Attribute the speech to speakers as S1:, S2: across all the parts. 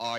S1: Are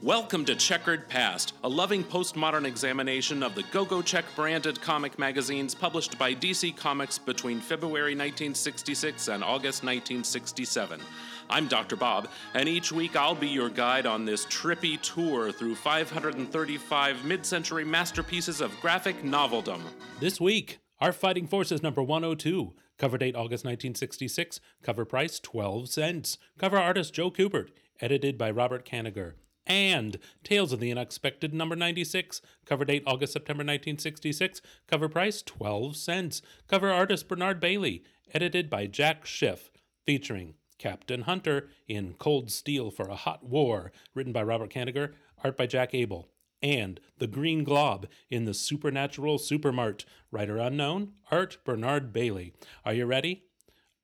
S2: Welcome to Checkered Past, a loving postmodern examination of the Go Go Check branded comic magazines published by DC Comics between February 1966 and August 1967. I'm Dr. Bob, and each week I'll be your guide on this trippy tour through 535 mid century masterpieces of graphic noveldom.
S3: This week, our fighting force is number 102. Cover date August 1966. Cover price 12 cents. Cover artist Joe Kubert. Edited by Robert Kaniger. And Tales of the Unexpected number 96. Cover date August September 1966. Cover price 12 cents. Cover artist Bernard Bailey. Edited by Jack Schiff. Featuring Captain Hunter in Cold Steel for a Hot War. Written by Robert Kaniger. Art by Jack Abel and the Green Glob in the Supernatural Supermart. Writer unknown, Art Bernard Bailey. Are you ready?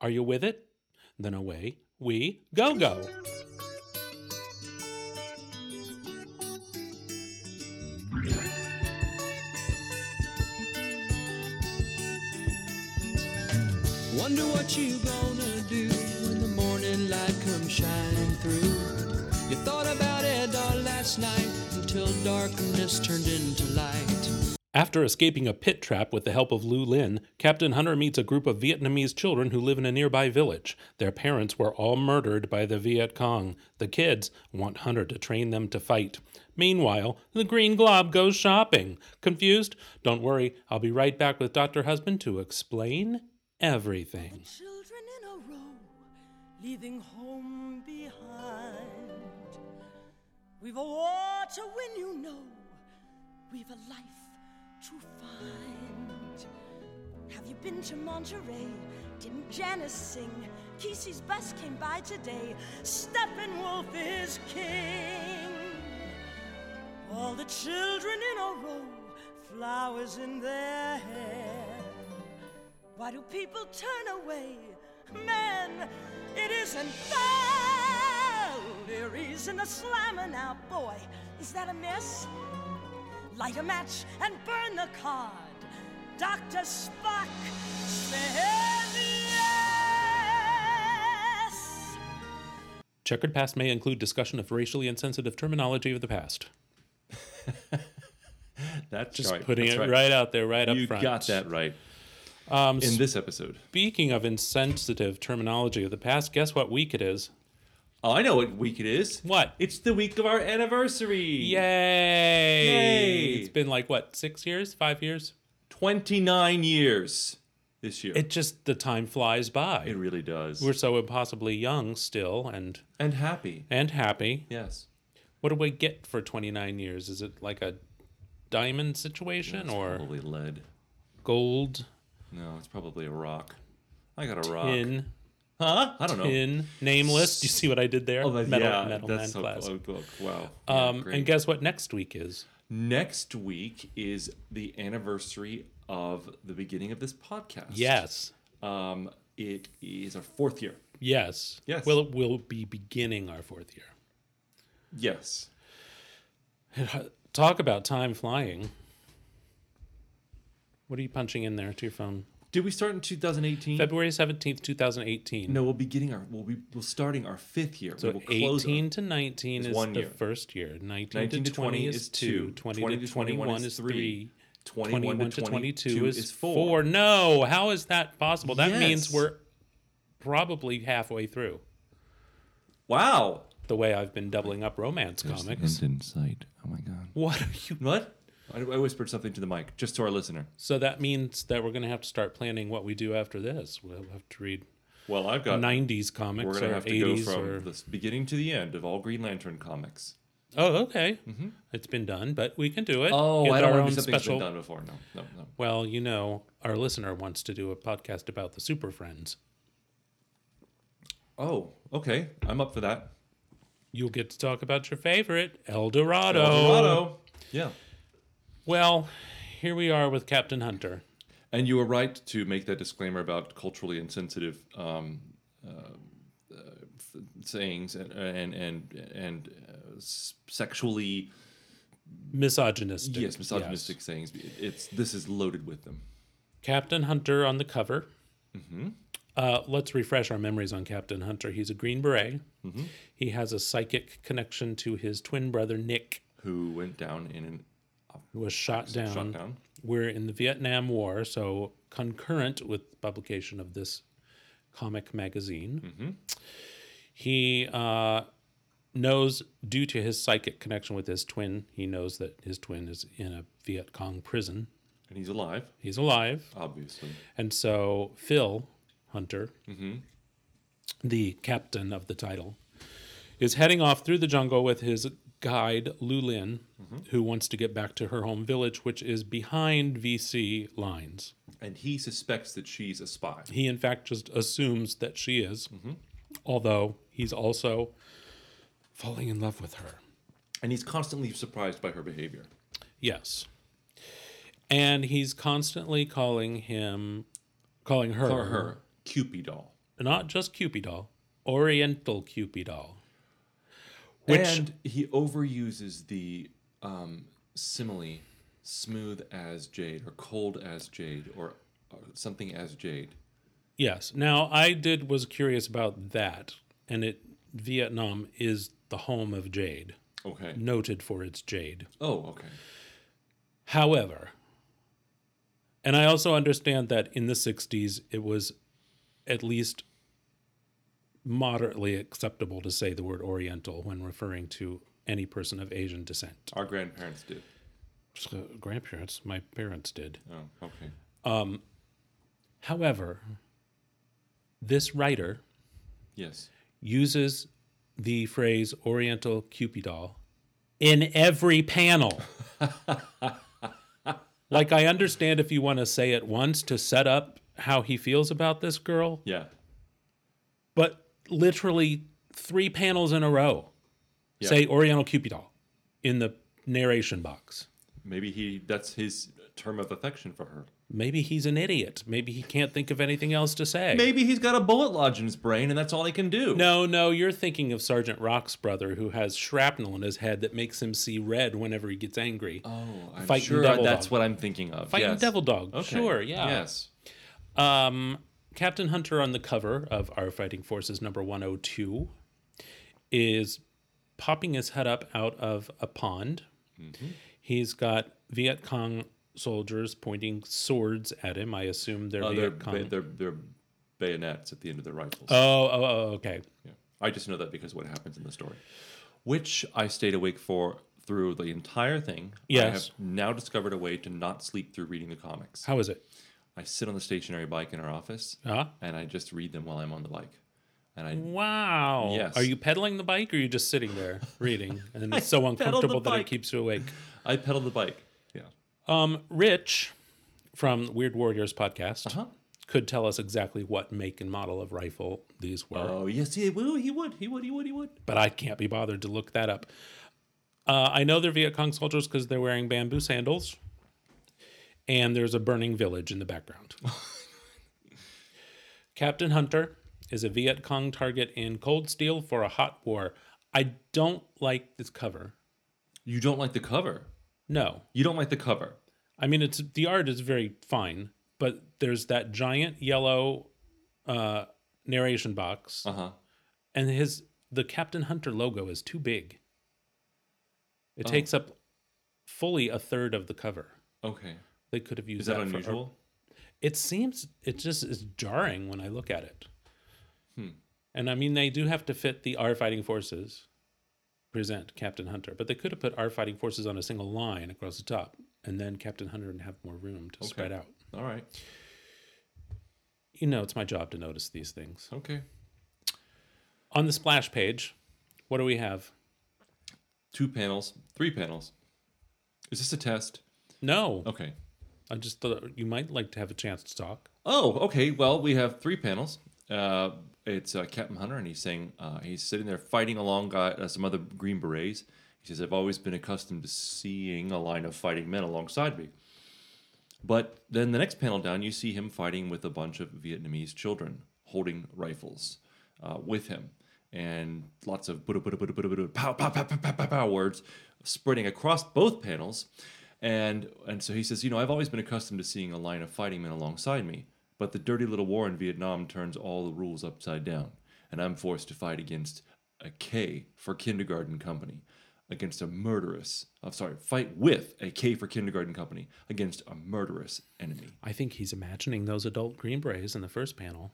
S3: Are you with it? Then away we go go.
S4: Wonder what you gonna do when the morning light comes shining through. You thought about it all last night until darkness turned into light.
S3: After escaping a pit trap with the help of Lu Lin, Captain Hunter meets a group of Vietnamese children who live in a nearby village. Their parents were all murdered by the Viet Cong. The kids want Hunter to train them to fight. Meanwhile, the Green Glob goes shopping. Confused? Don't worry, I'll be right back with Dr. Husband to explain everything.
S5: children in a row, leaving home behind. We've a war to win, you know. We've a life to find. Have you been to Monterey? Didn't Janice sing? Kesey's bus came by today. Steppenwolf is king. All the children in a row, flowers in their hair. Why do people turn away? Man, it isn't fair. There isn't a slammer now, boy. Is that a miss? Light a match and burn the card. Dr. Spock said yes.
S3: Checkered past may include discussion of racially insensitive terminology of the past.
S6: That's
S3: Just
S6: right.
S3: putting
S6: That's
S3: it right. out there, right
S6: you
S3: up front. Um,
S6: got that right. in this episode,
S3: Speaking of insensitive terminology of the past, guess what week it is?
S6: oh, I know what week it is.
S3: What?
S6: It's the week of our anniversary.
S3: Yay!
S6: Yay!
S3: It's been like what, six years, five years?
S6: Twenty-nine years this year.
S3: It just the time flies by.
S6: It really does.
S3: We're so impossibly young still, and
S6: and happy.
S3: and happy.
S6: Yes.
S3: What do we get for twenty nine years? Is it like a diamond situation
S6: It's
S3: or
S6: probably lead.
S3: gold
S6: No, it's probably a rock. I got a rock.
S3: in
S6: Huh? I don't know.
S3: in nameless? Do you see what I did there?
S6: Oh, that,
S3: metal
S6: yeah,
S3: metal man
S6: that's so
S3: class.
S6: cool. Oh, cool. Wow. Yeah,
S3: Um,
S6: great.
S3: and guess what next week is?
S6: Next week is the anniversary of the beginning of this podcast.
S3: Yes.
S6: Um, it is our fourth year.
S3: Yes.
S6: Yes.
S3: Well, it will be beginning our fourth year.
S6: Yes.
S3: Talk about time flying. What are you punching in there to your phone?
S6: Did we start in 2018?
S3: February 17th, 2018.
S6: No, we'll be getting our we'll be we'll starting our fifth year. we
S3: So
S6: will close our-
S3: 18 to 19
S6: is
S3: is,
S6: one
S3: the
S6: year.
S3: first year. 19,
S6: 19
S3: to 20 is 2.
S6: 20
S3: 20,
S6: to
S3: to 21 is
S6: 21
S3: 3.
S6: 21
S3: to 22 is, 4.
S6: 4.
S3: No, how is that possible? That means
S6: Yes.
S3: we're probably halfway through
S6: Wow.
S3: the way I've been doubling up romance comics.
S6: in sight. Oh my god.
S3: What are you
S6: What? I, I whispered something to the mic just to our listener.
S3: So that means that we're going to have to start planning what we do after this. We'll have to read
S6: Well, I've got
S3: 90s comics
S6: We're gonna
S3: or
S6: have to
S3: 80s
S6: go from
S3: or
S6: the beginning to the end of all Green Lantern comics.
S3: Oh, okay.
S6: Mm-hmm.
S3: It's been done, but we can do it.
S6: Oh,
S3: It's
S6: I don't want to
S3: our own
S6: do something has been done before. No, no, no.
S3: Well, you know, our listener wants to do a podcast about the Super Friends.
S6: Oh, okay. I'm up for that.
S3: You'll get to talk about your favorite, El Dorado.
S6: Oh. Colorado. Yeah.
S3: Well, here we are with Captain Hunter.
S6: And you were right to make that disclaimer about culturally insensitive um, uh, uh, sayings and and and, and uh, s- sexually
S3: Misogynistic.
S6: yes misogynistic sayings. It's this is loaded with them.
S3: Captain Hunter on the cover.
S6: Mm-hmm.
S3: Uh, let's refresh our memories on Captain Hunter. He's a Green Beret.
S6: Mm-hmm.
S3: He has a psychic connection to his twin brother Nick,
S6: Who went down in an
S3: who was shot down.
S6: shot down?
S3: We're in the Vietnam War, so concurrent with publication of this comic magazine. He uh, knows, due to his psychic connection with his twin, he knows that his twin is in a Viet Cong prison.
S6: and he's alive,
S3: He's alive.
S6: obviously.
S3: And so Phil Hunter, the captain of the title, is heading off through the jungle with his guide Lulin, who wants to get back to her home village, which is behind VC lines.
S6: And he suspects that she's a spy.
S3: He, in fact, just assumes that she is, although he's also falling in love with her.
S6: And he's constantly surprised by her behavior.
S3: Yes. And he's constantly calling him, calling her,
S6: Or her Cupid doll.
S3: not just Cupid doll, Oriental Cupid doll. Which
S6: and he overuses the um, simile smooth as jade or cold as jade or, or something as jade.
S3: yes, now I did was curious about that, and it Vietnam is the home of jade,
S6: Okay.
S3: noted for its jade.
S6: Oh, okay.
S3: However, and I also understand that in the '60s it was at least moderately acceptable to say the word Oriental when referring to any person of Asian descent.
S6: Our grandparents did.
S3: So, grandparents, my parents did.
S6: Oh, okay.
S3: However, this writer
S6: Yes.
S3: uses the phrase Oriental Cupid doll in every panel. like, I understand if you want to say it once to set up how he feels about this girl,
S6: Yeah.
S3: but literally three panels in a row
S6: Yeah.
S3: say Oriental Cupid doll in the narration box.
S6: Maybe he that's his term of affection for her.
S3: Maybe he's an idiot. Maybe he can't think of anything else to say.
S6: Maybe he's got a bullet lodged in his brain and that's all he can do.
S3: No, no, you're thinking of Sergeant Rock's brother who has shrapnel in his head that makes him see red whenever he gets angry.
S6: Oh, I'm
S3: Fighting
S6: sure
S3: Devil
S6: that's
S3: Dog.
S6: what I'm thinking of.
S3: Fighting
S6: yes.
S3: Devil Dog.
S6: Okay.
S3: Sure, yeah.
S6: Yes.
S3: Um, Captain Hunter on the cover of our Fighting Forces number 102 is popping his head up out of a pond.
S6: Mm-hmm.
S3: He's got Viet Cong soldiers pointing swords at him. I assume they're
S6: Uh, they're,
S3: Viet
S6: ba-
S3: Cong.
S6: they're, they're bayonets at the end of their rifles.
S3: oh, oh, oh, okay.
S6: Yeah. I just know that because what happens in the story, which I stayed awake for through the entire thing. I
S3: Yes.
S6: have now discovered a way to not sleep through reading the comics.
S3: How is it?
S6: I sit on the stationary bike in our office
S3: Uh-huh.
S6: and I just read them while I'm on the bike. And I
S3: Wow.
S6: Yes.
S3: Are you pedaling the bike or are you just sitting there reading? And it's so uncomfortable that it
S6: bike.
S3: keeps you awake.
S6: I pedal the bike. Yeah.
S3: Um, Rich from Weird Warriors podcast
S6: Huh?
S3: could tell us exactly what make and model of rifle these were,
S6: Oh yes, he would. He would. He would. He would. He would.
S3: but I can't be bothered to look that up. Uh, I know they're Viet Cong soldiers because they're wearing bamboo sandals, and there's a burning village in the background. Captain Hunter is a Viet Cong target in Cold Steel for a hot war. I don't like this cover.
S6: You don't like the cover.
S3: No,
S6: You don't like the cover.
S3: I mean, it's the art is very fine, but there's that giant yellow uh, narration box,
S6: Uh huh.
S3: and his the Captain Hunter logo is too big. It
S6: Oh.
S3: takes up fully a third of the cover.
S6: Okay.
S3: They could have used
S6: Is that,
S3: for-
S6: unusual?
S3: it seems it just is jarring when I look at it.
S6: Hmm.
S3: And I mean, they do have to fit the R Fighting Forces present Captain Hunter, but they could have put R Fighting Forces on a single line across the top, and then Captain Hunter and have more room to spread out.
S6: All right.
S3: you know it's my job to notice these things.
S6: Okay.
S3: On the splash page, what do we have?
S6: Two panels. Three panels. Is this a test?
S3: No,
S6: Okay.
S3: I just thought you might like to have a chance to talk.
S6: Oh, okay. Well, we have three panels. Uh, it's uh, Captain Hunter, and he's saying uh, he's sitting there fighting along guy, uh, some other Green Berets. He says, "I've always been accustomed to seeing a line of fighting men alongside me." But then the next panel down, you see him fighting with a bunch of Vietnamese children holding rifles uh, with him, and lots of Buddha, Buddha, Buddha, Buddha, Buddha, pow, pow, pow, pow, pow, pow, pow words spreading across both panels. And and so he says, you know, I've always been accustomed to seeing a line of fighting men alongside me, but the dirty little war in Vietnam turns all the rules upside down, and I'm forced to fight against a K for kindergarten company, against a murderous. I'm sorry, fight with a K for kindergarten company against a murderous enemy.
S3: I think he's imagining those adult Green Berets in the first panel.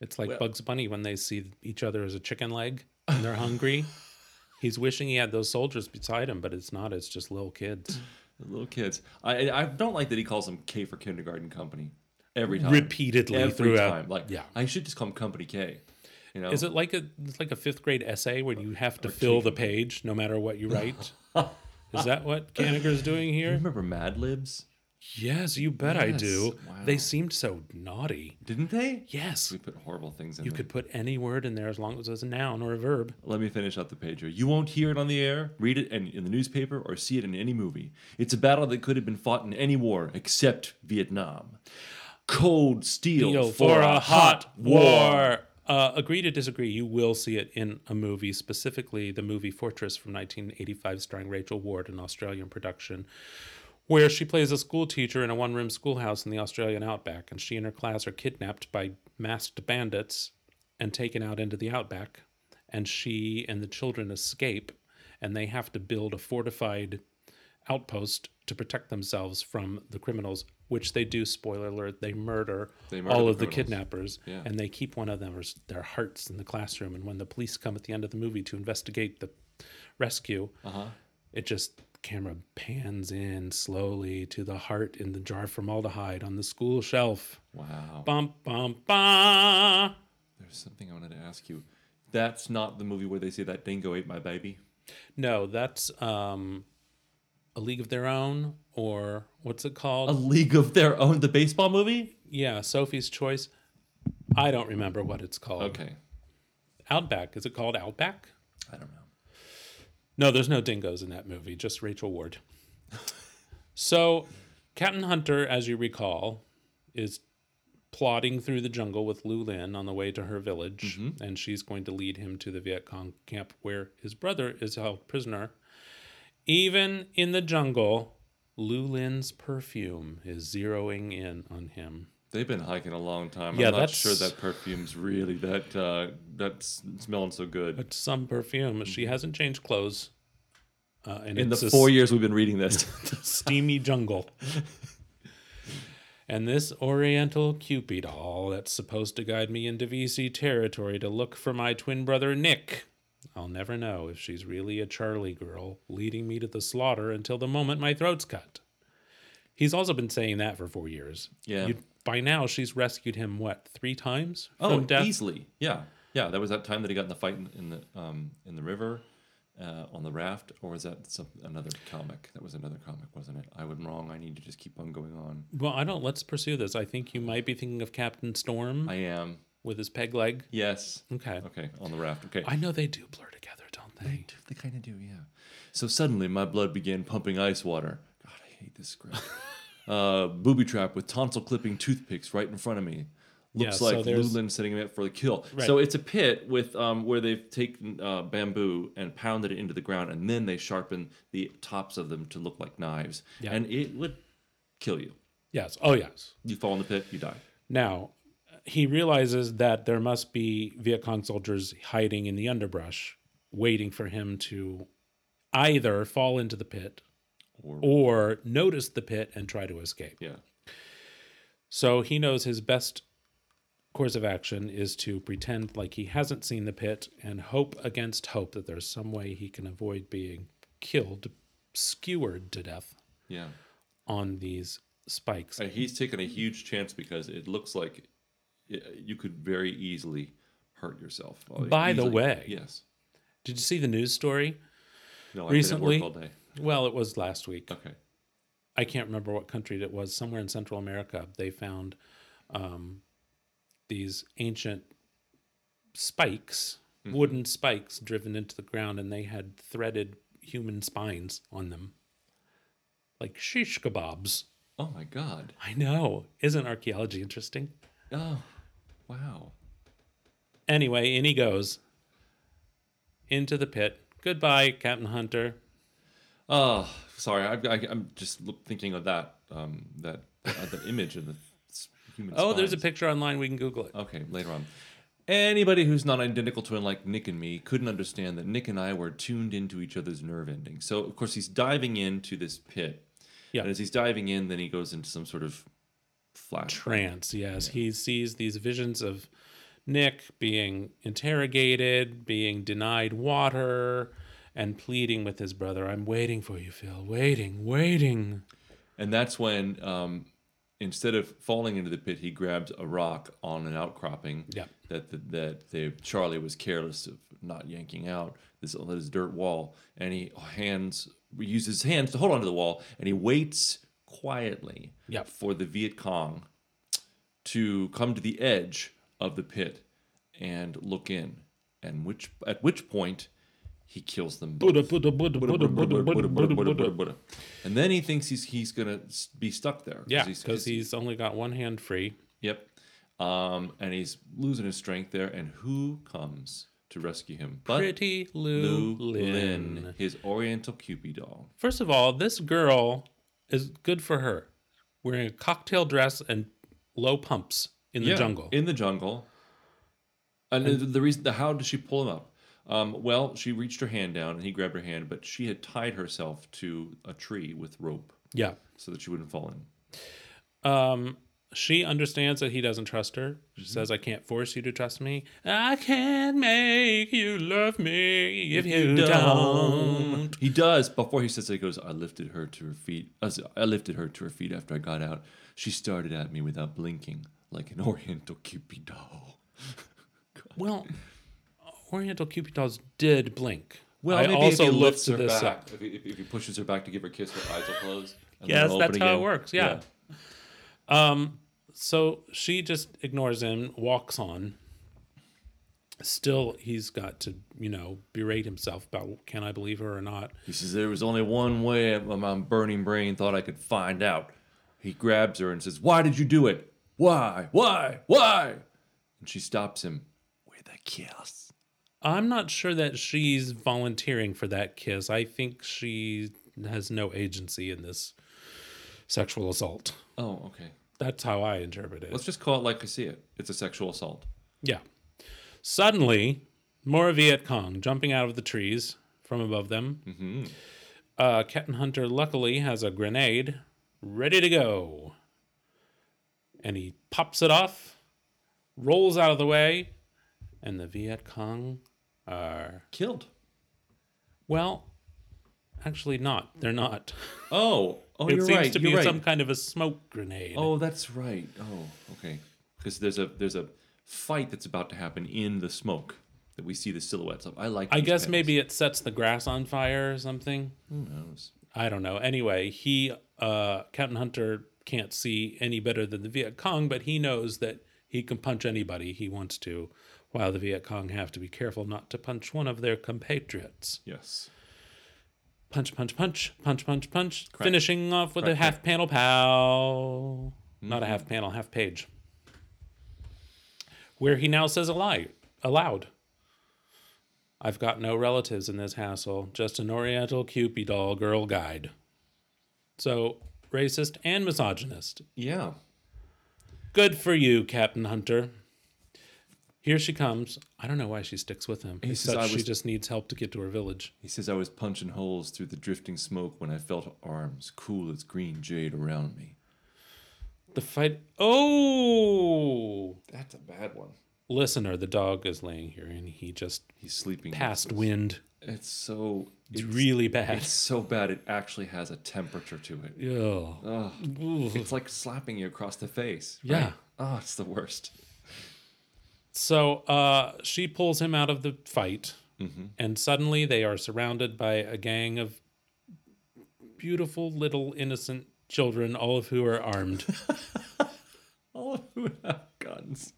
S3: It's like Bugs Bunny when they see each other as a chicken leg and they're hungry. He's wishing he had those soldiers beside him, but it's not. It's just little kids.
S6: The little kids. I I don't like that he calls them K for kindergarten company every time.
S3: Repeatedly
S6: Um, every
S3: throughout.
S6: Time. Like um,
S3: Yeah.
S6: I should just call them Company K. You know.
S3: Is it like a it's like a fifth grade essay where you have to fill the page no matter what you write? Is that what Kanigher's doing here?
S6: Remember Mad Libs?
S3: Yes, you bet I
S6: Yes,
S3: do.
S6: wow.
S3: They seemed so naughty.
S6: Didn't they?
S3: Yes,
S6: We put horrible things in
S3: you
S6: there.
S3: could put any word in there as long as it was a noun or a verb.
S6: Let me finish out the page here. You won't hear it on the air, read it in, in the newspaper, or see it in any movie. It's a battle that could have been fought in any war except Vietnam. Cold steel,
S3: Deal
S6: for a hot war.
S3: Uh, agree to disagree. You will see it in a movie, specifically the movie Fortress from 1985, starring Rachel Ward, an Australian production, where she plays a school teacher in a one room schoolhouse in the Australian outback. And she and her class are kidnapped by masked bandits and taken out into the outback. And she and the children escape, and they have to build a fortified outpost to protect themselves from the criminals, which they do. Spoiler alert: they murder,
S6: They murder
S3: all
S6: the
S3: of the
S6: criminals.
S3: kidnappers,
S6: Yeah.
S3: and they keep one of them as their hearts in the classroom. And when the police come at the end of the movie to investigate the rescue,
S6: Uh-huh.
S3: it just camera pans in slowly to the heart in the jar formaldehyde on the school shelf.
S6: Wow.
S3: Bum bum ba.
S6: There's something I wanted to ask you. That's not the movie where they say that dingo ate my baby.
S3: No, that's um, a league of their own, or what's it called?
S6: A League of Their Own, the baseball movie?
S3: Yeah, Sophie's Choice. I don't remember what it's called.
S6: Okay.
S3: Outback. Is it called Outback?
S6: I don't know.
S3: No, there's no dingoes in that movie, just Rachel Ward. so, Captain Hunter, as you recall, is plodding through the jungle with Lu Lin on the way to her village, and she's going to lead him to the Viet Cong camp where his brother is held prisoner. Even in the jungle, Lu Lin's perfume is zeroing in on him.
S6: They've been hiking a long time.
S3: Yeah,
S6: I'm not
S3: that's-
S6: sure that perfume's really that uh, that's smelling so good.
S3: It's some perfume. She hasn't changed clothes. Uh,
S6: Mm-hmm.
S3: and
S6: In the
S3: it's a
S6: four years we've been reading this,
S3: steamy jungle. and this oriental cupid doll that's supposed to guide me into VC territory to look for my twin brother Nick. I'll never know if she's really a Charlie girl leading me to the slaughter until the moment my throat's cut. He's also been saying that for four years.
S6: Yeah.
S3: by now, she's rescued him, what, three times?
S6: oh,
S3: from death?
S6: easily, yeah, yeah. That was that time that he got in the fight in, in the um, in the river uh, on the raft, or was that some, another comic? That was another comic, wasn't it? I was wrong. I need to just keep on going on.
S3: Well, I don't. Let's pursue this. I think you might be thinking of Captain Storm
S6: I am.
S3: with his peg leg.
S6: Yes.
S3: Okay.
S6: Okay. On the raft. Okay.
S3: I know they do blur together, don't they?
S6: They kind of do, yeah. So suddenly my blood began pumping ice water. God, I hate this script. uh, booby trap with tonsil clipping toothpicks right in front of me. Looks
S3: Yeah, so
S6: like
S3: there's-
S6: Lulin setting him up for the kill.
S3: Right.
S6: So it's a pit with um, where they've taken uh, bamboo and pounded it into the ground, and then they sharpen the tops of them to look like knives.
S3: Yeah.
S6: And it would kill you.
S3: Yes. Oh, yes.
S6: You fall in the pit, you die.
S3: Now, he realizes that there must be Viet Cong soldiers hiding in the underbrush, waiting for him to either fall into the pit
S6: Or-
S3: or notice the pit and try to escape.
S6: Yeah.
S3: So he knows his best course of action is to pretend like he hasn't seen the pit and hope against hope that there's some way he can avoid being killed, skewered to death
S6: Yeah.
S3: on these spikes.
S6: And he's taken a huge chance because it looks like y- you could very easily hurt yourself. Uh,
S3: By the
S6: Easily.
S3: way-
S6: yes.
S3: Did you see the news story?
S6: No, I've
S3: Recently-
S6: been at work all day.
S3: Well, it was last week.
S6: Okay.
S3: I can't remember what country it was, somewhere in Central America, they found um, these ancient spikes, wooden spikes driven into the ground, and they had threaded human spines on them. Like shish kebabs.
S6: Oh my god.
S3: I know. Isn't archaeology interesting?
S6: Oh, wow.
S3: Anyway, in he goes into the pit. Goodbye, Captain Hunter.
S6: Oh, sorry. I, I, I'm just l- thinking of that um, that uh, that image of the s- human.
S3: Oh, there's a
S6: spines.
S3: picture online. We can Google it.
S6: Okay, later on. Anybody who's not an identical twin like Nick and me couldn't understand that Nick and I were tuned into each other's nerve endings. So of course he's diving into this pit.
S3: Yeah.
S6: And as he's diving in, then he goes into some sort of flash.
S3: Trance, yes. He sees these visions of Nick being interrogated, being denied water, and pleading with his brother, I'm waiting for you, Phil. Waiting, waiting.
S6: And that's when, um, instead of falling into the pit, he grabs a rock on an outcropping.
S3: Yep.
S6: That that, that they, Charlie was careless of not yanking out this this dirt wall, and he hands uses his hands to hold onto the wall, and he waits quietly.
S3: Yep.
S6: For the Viet Cong to come to the edge of the pit and look in, and which at which point he kills them both. And then he thinks he's he's gonna s- be stuck there.
S3: Yeah, because he's only got one hand free.
S6: yep, um, and he's losing his strength there. And who comes to rescue him? But
S3: Pretty Lou,
S6: Lou
S3: Lynn.
S6: Lin, his Oriental Cupid doll.
S3: First of all, this girl is good for her. Wearing a cocktail dress and low pumps in the
S6: Yeah,
S3: jungle.
S6: In the jungle. And, the- the reason, the how did she pull him up? Um, well, she reached her hand down and he grabbed her hand, but she had tied herself to a tree with rope
S3: yeah.
S6: so that she wouldn't fall in.
S3: Um, she understands that he doesn't trust her. She
S6: Mm-hmm.
S3: says, I can't force you to trust me. I can make you love me if you don't.
S6: He does. Before he says it, he goes, I lifted her to her feet. I s- I lifted her to her feet after I got out. She started at me without blinking, like an Oriental Cupid doll.
S3: Well, Oriental Cupid dolls did blink.
S6: Well,
S3: I
S6: maybe
S3: also
S6: if he
S3: looked
S6: lifts her
S3: this
S6: back,
S3: up.
S6: If he, if, if he pushes her back to give her a kiss, her eyes will close. and then
S3: Yes,
S6: they'll
S3: that's
S6: open
S3: how it
S6: again.
S3: works. yeah. Um, so she just ignores him, walks on. Still, he's got to, you know, berate himself about can I believe her or not.
S6: He says, There was only one way my- my burning brain thought I could find out. He grabs her and says, Why did you do it? Why? Why? Why? And she stops him with a kiss.
S3: I'm not sure that she's volunteering for that kiss. I think she has no agency in this sexual assault.
S6: Oh, okay.
S3: That's how I interpret it.
S6: Let's just call it like I see it. It's a sexual assault.
S3: Yeah. Suddenly, more Viet Cong jumping out of the trees from above them. Mm-hmm. Uh, Captain Hunter luckily has a grenade ready to go. And he pops it off, rolls out of the way, and the Viet Cong are.
S6: Killed.
S3: Well, actually, not. They're not.
S6: Oh, oh,
S3: it
S6: you're
S3: seems
S6: right.
S3: to be
S6: you're right.
S3: some kind of a smoke grenade.
S6: Oh, that's right. Oh, okay. Because there's a there's a fight that's about to happen in the smoke that we see the silhouettes of. I like.
S3: I
S6: these
S3: guess
S6: panels.
S3: maybe it sets the grass on fire or something.
S6: Who knows?
S3: I don't know. Anyway, he uh Captain Hunter can't see any better than the Viet Cong, but he knows that he can punch anybody he wants to, while the Viet Cong have to be careful not to punch one of their compatriots.
S6: Yes.
S3: Punch, punch, punch, punch, punch, punch. Finishing off with a half panel pow. Not
S6: Mm-hmm.
S3: a half panel, half page. Where he now says a lie aloud. I've got no relatives in this hassle, just an Oriental Cupid doll girl guide. So racist and misogynist.
S6: Yeah.
S3: Good for you, Captain Hunter. Here she comes. I don't know why she sticks with him.
S6: says,
S3: Except
S6: "I
S3: she
S6: was-
S3: just needs help to get to her village.
S6: He says, I was punching holes through the drifting smoke when I felt arms cool as green jade around me.
S3: The fight. Oh,
S6: That's a bad one.
S3: listener, the dog is laying here and he just
S6: He's sleeping.
S3: passed wind.
S6: It's so.
S3: It's
S6: It's,
S3: really bad.
S6: it's so bad. It actually has a temperature to it.
S3: Ugh.
S6: It's like slapping you across the face. right?
S3: Yeah.
S6: Oh, it's the worst.
S3: So uh, she pulls him out of the fight,
S6: Mm-hmm.
S3: and suddenly they are surrounded by a gang of beautiful little innocent children, all of who are armed.
S6: All of who have guns.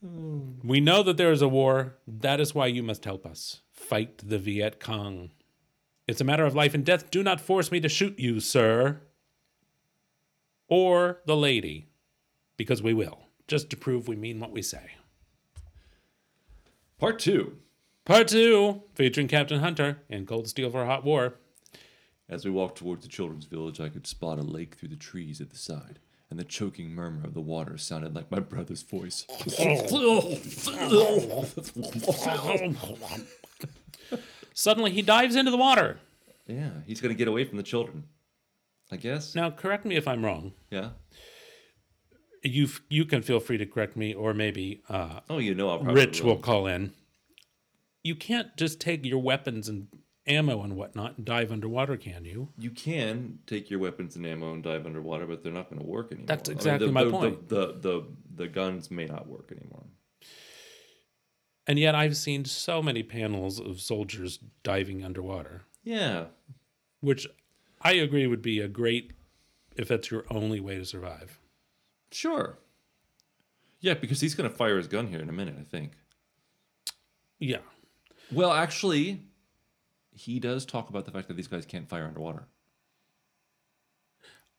S3: we know that there is a war. That is why you must help us fight the Viet Cong. It's a matter of life and death. Do not force me to shoot you, sir. Or the lady, because we will, just to prove we mean what we say.
S6: Part two.
S3: Part two, featuring Captain Hunter and Gold Steel for Hot War.
S6: As we walked towards the children's village, I could spot a lake through the trees at the side, and the choking murmur of the water sounded like my brother's voice.
S3: Suddenly, he dives into the water.
S6: Yeah, he's gonna get away from the children. I guess.
S3: Now, correct me if I'm wrong.
S6: Yeah.
S3: You you can feel free to correct me, or maybe uh,
S6: Oh, you know I'll probably
S3: Rich will call in. You can't just take your weapons and ammo and whatnot and dive underwater, can you?
S6: You can take your weapons and ammo and dive underwater, but they're not going to work anymore.
S3: That's
S6: I mean,
S3: exactly
S6: the,
S3: my
S6: the- the-
S3: point.
S6: The, the, the, guns may not work anymore.
S3: And yet, I've seen so many panels of soldiers diving underwater,
S6: Yeah,
S3: which I agree would be a great if that's your only way to survive.
S6: sure. Yeah, because he's going to fire his gun here in a minute, I think.
S3: Yeah.
S6: Well, actually, he does talk about the fact that these guys can't fire underwater.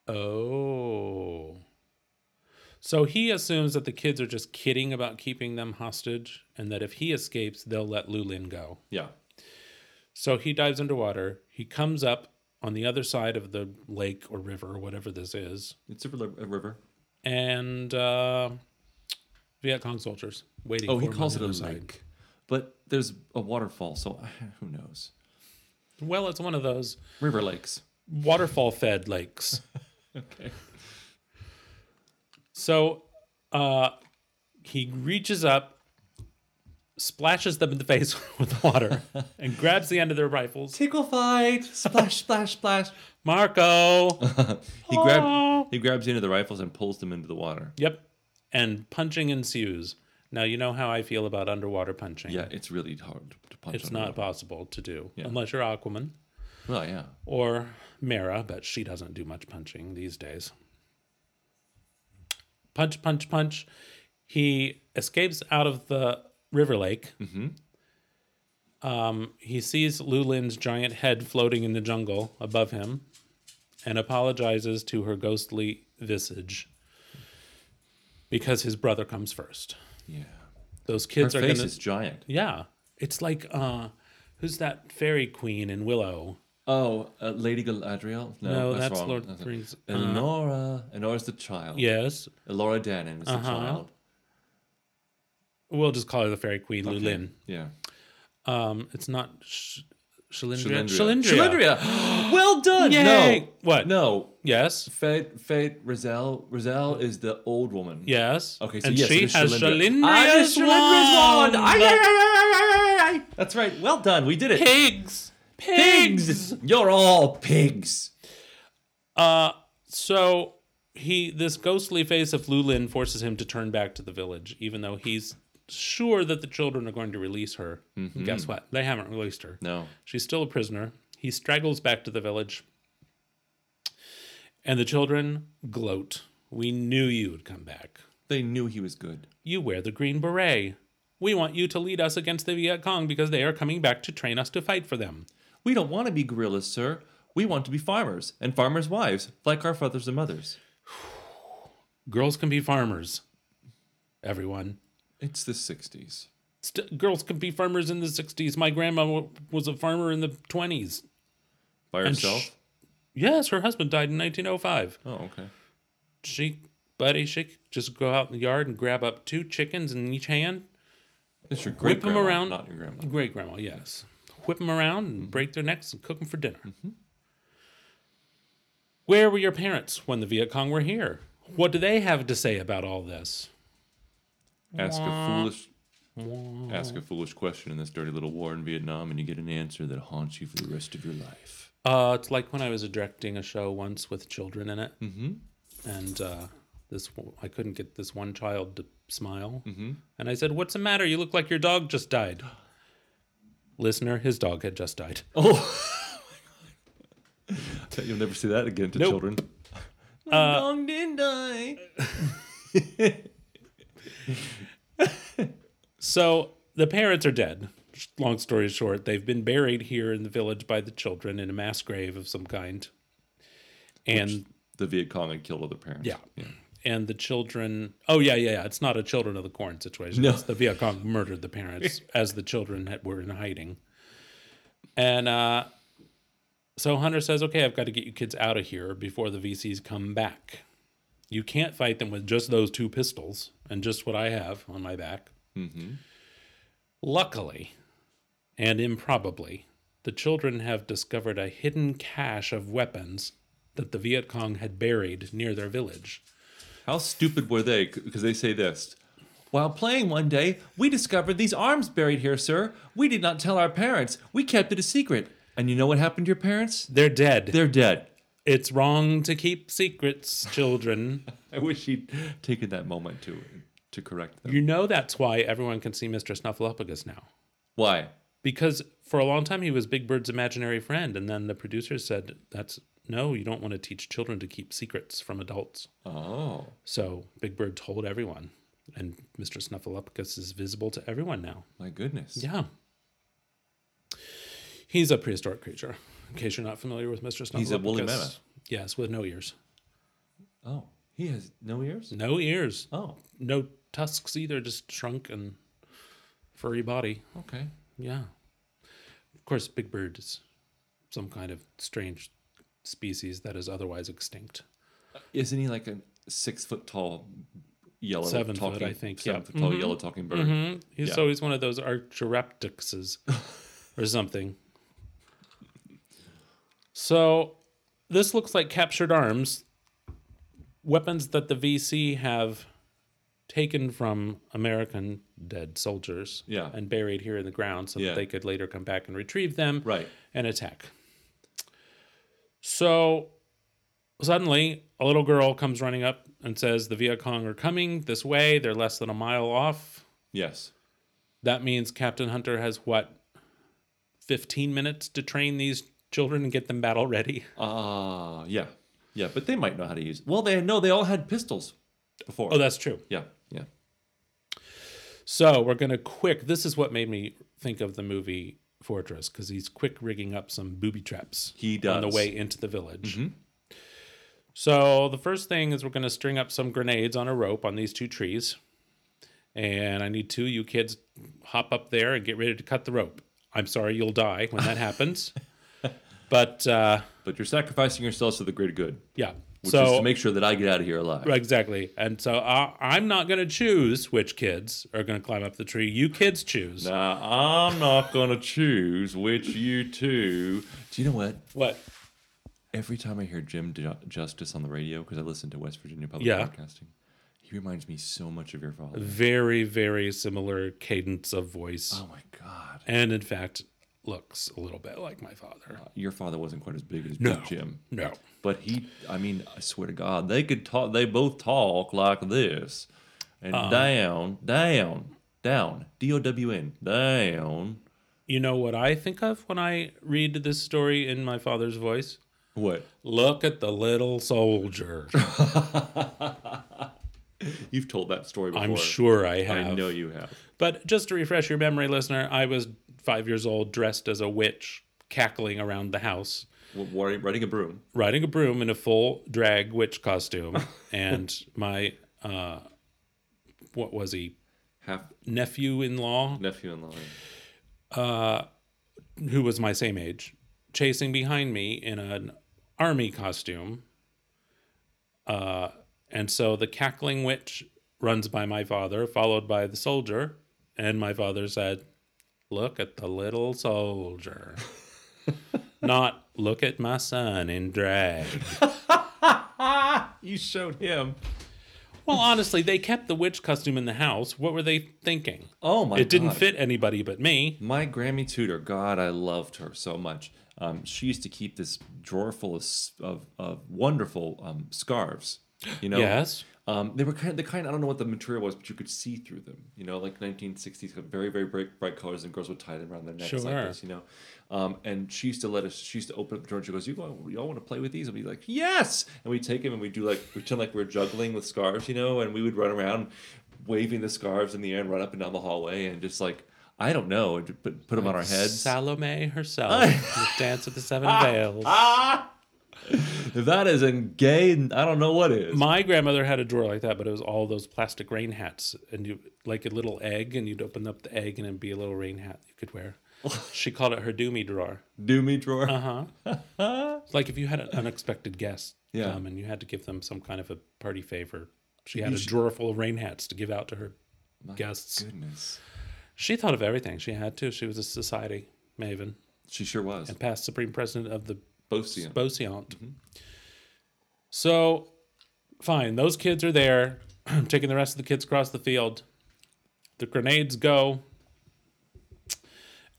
S3: Oh. So he assumes that the kids are just kidding about keeping them hostage and that if he escapes, they'll let Lulin go.
S6: Yeah.
S3: So he dives underwater. He comes up on the other side of the lake or river or whatever this is.
S6: It's a rel- a river.
S3: And uh, Viet Cong soldiers waiting
S6: Oh,
S3: for
S6: he
S3: him on
S6: calls it
S3: the
S6: a
S3: other side.
S6: lake. But there's a waterfall, so uh, who knows?
S3: Well, it's one of those
S6: River lakes.
S3: waterfall fed lakes.
S6: Okay.
S3: So uh, he reaches up, splashes them in the face with water, and grabs the end of their rifles.
S6: Tickle fight. Splash, splash, splash.
S3: Marco.
S6: He grabs he grabs the end of the rifles and pulls them into the water.
S3: yep. And punching ensues. Now you know how I feel about underwater punching.
S6: Yeah, it's really hard to punch.
S3: It's
S6: on
S3: not
S6: the water.
S3: possible to do unless you're Aquaman
S6: Well, yeah.
S3: or Mara, but she doesn't do much punching these days. Punch, punch, punch. He escapes out of the river lake. Mm-hmm. Um, he sees Lulin's giant head floating in the jungle above him and apologizes to her ghostly visage because his brother comes first.
S6: Yeah.
S3: Those
S6: Her
S3: kids are
S6: face
S3: going to.
S6: is giant.
S3: Yeah. It's like uh who's that fairy queen in Willow?
S6: Oh, uh, Lady Galadriel? No,
S3: No,
S6: that's,
S3: that's
S6: wrong.
S3: Lord of
S6: That's
S3: the Rings. Uh,
S6: Elnora. Elnora's the child.
S3: Yes.
S6: Elora Dannon is the
S3: Uh-huh.
S6: child.
S3: We'll just call her the fairy queen, Lulin.
S6: Yeah.
S3: Um it's not Sh- Shalindria.
S6: Shalindria.
S3: Shalindria.
S6: Shalindria. well done.
S3: Yay.
S6: No.
S3: What?
S6: No.
S3: Yes.
S6: Fate, Fate, Rizal. Rizal is the old woman.
S3: Yes.
S6: Okay, so
S3: and
S6: yes, it
S3: she
S6: is
S3: has
S6: Shalindria.
S3: Shalindria's
S6: I just
S3: wand.
S6: Shalindria's wand. Ay, ay, ay, ay, ay, ay, ay. That's right. Well done. We did it.
S3: Pigs. Pigs.
S6: You're all pigs.
S3: So he this ghostly face of Lulin forces him to turn back to the village, even though he's sure that the children are going to release her.
S6: Mm-hmm.
S3: Guess what? They haven't released her.
S6: No.
S3: She's still a prisoner. He straggles back to the village. And the children gloat. We knew you would come back.
S6: They knew he was good.
S3: You wear the green beret. We want you to lead us against the Viet Cong because they are coming back to train us to fight for them.
S6: We don't want to be guerrillas, sir. We want to be farmers and farmers' wives, like our fathers and mothers.
S3: Girls can be farmers. Everyone.
S6: It's the 60s.
S3: St- girls can be farmers in the 60s. My grandma w- was a farmer in the 20s.
S6: By
S3: And sh-
S6: herself?
S3: Yes, her husband died in 1905.
S6: oh, okay.
S3: She, buddy, she could just go out in the yard and grab up two chickens in each hand,
S6: It's your great
S3: whip them
S6: grandma,
S3: around.
S6: not your grandma.
S3: Great grandma, yes. Whip them around and break their necks and cook them for dinner.
S6: Mm-hmm.
S3: Where were your parents when the Viet Cong were here? What do they have to say about all this?
S6: Ask a foolish ask a foolish question in this dirty little war in Vietnam and you get an answer that haunts you for the rest of your life.
S3: Uh, it's like when I was directing a show once with children in it, mm-hmm. and uh, this w- I couldn't get this one child to smile, mm-hmm. and I said, "What's the matter? You look like your dog just died." Listener, his dog had just died.
S6: You'll never see that again to
S3: Nope.
S6: children.
S3: Uh,
S6: Long didn't die.
S3: So the parents are dead. Long story short, they've been buried here in the village by the children in a mass grave of some kind. And
S6: The Viet Cong had killed other parents.
S3: yeah. and the children. Oh yeah, yeah, yeah. It's not a Children of the Corn situation.
S6: No.
S3: It's the Viet Cong murdered the parents as the children had, were in hiding. And uh, so Hunter says, "Okay, I've got to get you kids out of here before the VCs come back. You can't fight them with just those two pistols and just what I have on my back." Luckily, and improbably, the children have discovered a hidden cache of weapons that the Viet Cong had buried near their village.
S6: How stupid were they? Because they say this. While playing one day, we discovered these arms buried here, sir. We did not tell our parents. We kept it a secret. And you know what happened to your parents?
S3: They're dead.
S6: They're dead.
S3: it's wrong to keep secrets, children.
S6: I wish he'd taken that moment to to correct them.
S3: you know that's why everyone can see Mr. Snuffleupagus now.
S6: Why?
S3: Because for a long time he was Big Bird's imaginary friend, and then the producers said, that's no, you don't want to teach children to keep secrets from adults.
S6: Oh,
S3: So Big Bird told everyone, and Mr. Snuffleupagus is visible to everyone now.
S6: my goodness.
S3: Yeah. He's a prehistoric creature, in case you're not familiar with Mr. Snuffleupagus.
S6: He's a woolly mammoth.
S3: Yes, with no ears.
S6: Oh, he has no ears?
S3: No ears.
S6: Oh,
S3: No tusks either, just shrunk and furry body.
S6: okay.
S3: Yeah. Of course, Big Bird is some kind of strange species that is otherwise extinct.
S6: Isn't he like a six foot tall yellow
S3: Seven foot,
S6: talking?
S3: I think,
S6: Seven
S3: yeah.
S6: foot tall yellow talking bird.
S3: He's
S6: Yeah.
S3: always one of those Archeraptixes or something. So this looks like captured arms, weapons that the VC have taken from American dead soldiers
S6: Yeah.
S3: and buried here in the ground so
S6: Yeah.
S3: that they could later come back and retrieve them
S6: Right.
S3: and attack. So suddenly, a little girl comes running up and says, The Viet Cong are coming this way. They're less than a mile off.
S6: Yes.
S3: That means Captain Hunter has what? 15 minutes to train these children and get them battle ready.
S6: Ah, yeah. Yeah, but they might know how to use Well, they no, they all had pistols before.
S3: Oh, that's true.
S6: Yeah, yeah.
S3: So we're going to quick. This is what made me think of the movie Fortress because he's quick rigging up some booby traps
S6: He
S3: on the
S6: does. Mm-hmm.
S3: way into the village. So the first thing is we're going to string up some grenades on a rope on these two trees. And I need two of you kids hop up there and get ready to cut the rope. I'm sorry you'll die when that happens. But uh,
S6: But you're sacrificing yourselves to the greater good,
S3: yeah.
S6: which
S3: so
S6: is to make sure that I get out of here alive.
S3: Right, Exactly. And so I I'm not going to choose which kids are going to climb up the tree. You kids choose.
S6: Now, I'm not going to choose which you two. Do you know what?
S3: What?
S6: Every time I hear Jim Ju- Justice on the radio, because I listen to West Virginia Public
S3: Yeah.
S6: Broadcasting, he reminds me so much of your father.
S3: Very, very similar cadence of voice.
S6: Oh my God.
S3: And in fact, looks a little bit like my father.
S6: Your father wasn't quite as big as
S3: No.
S6: Jim.
S3: No.
S6: But he, I mean, I swear to God, they could talk. They both talk like this, and
S3: Um,
S6: down, down, down, D O W N, down.
S3: You know what I think of when I read this story in my father's voice?
S6: What?
S3: Look at the little soldier.
S6: You've told that story before.
S3: I'm sure I have.
S6: I know you have.
S3: But just to refresh your memory, listener, I was five years old, dressed as a witch, cackling around the house.
S6: W- wari- Riding a broom.
S3: riding a broom in a full drag witch costume, and my uh, what was he
S6: Half
S3: nephew in law,
S6: nephew in law.
S3: who was my same age, chasing behind me in an army costume. Uh, and so the cackling witch runs by my father, followed by the soldier, and my father said, "Look at the little soldier." Not look at my son in drag.
S6: You showed him.
S3: Well, honestly, they kept the witch costume in the house. What were they thinking?
S6: Oh my!
S3: it didn't
S6: God.
S3: fit anybody but me.
S6: My Grammy tutor, God, I loved her so much. Um, she used to keep this drawer full of s- of, of wonderful um, scarves. You know.
S3: Yes.
S6: Um, they were kind of the kind. I don't know what the material was, but you could see through them. You know, like 1960s, had very very bright, bright colors, and girls would tie them around their necks
S3: Sure.
S6: like this. You know, um, and she used to let us. She used to open up the drawer. and She goes, "You all, you all want to play with these?" And we'd be like, "Yes!" And we take them and we do like pretend like we're juggling with scarves. You know, and we would run around waving the scarves in the air and run up and down the hallway and just like I don't know, and just put put them on our heads. Ah,
S3: Salome herself, the dance of the seven veils.
S6: If that isn't gay, I don't know what is.
S3: My grandmother had a drawer like that, but it was all those plastic rain hats, and you like a little egg, and you'd open up the egg, and it'd be a little rain hat you could wear. she called it her doomy drawer.
S6: Do me drawer.
S3: Uh-huh. It's like if you had an unexpected guest
S6: Yeah.
S3: come and you had to give them some kind of a party favor, she had a drawer full of rain hats to give out to her guests.
S6: Goodness,
S3: She thought of everything. She had to. She was a society maven,
S6: she sure was.
S3: past supreme president of the
S6: Both
S3: Beauseant.
S6: Mm-hmm.
S3: So, fine. Those kids are there, taking the rest of the kids across the field. The grenades go,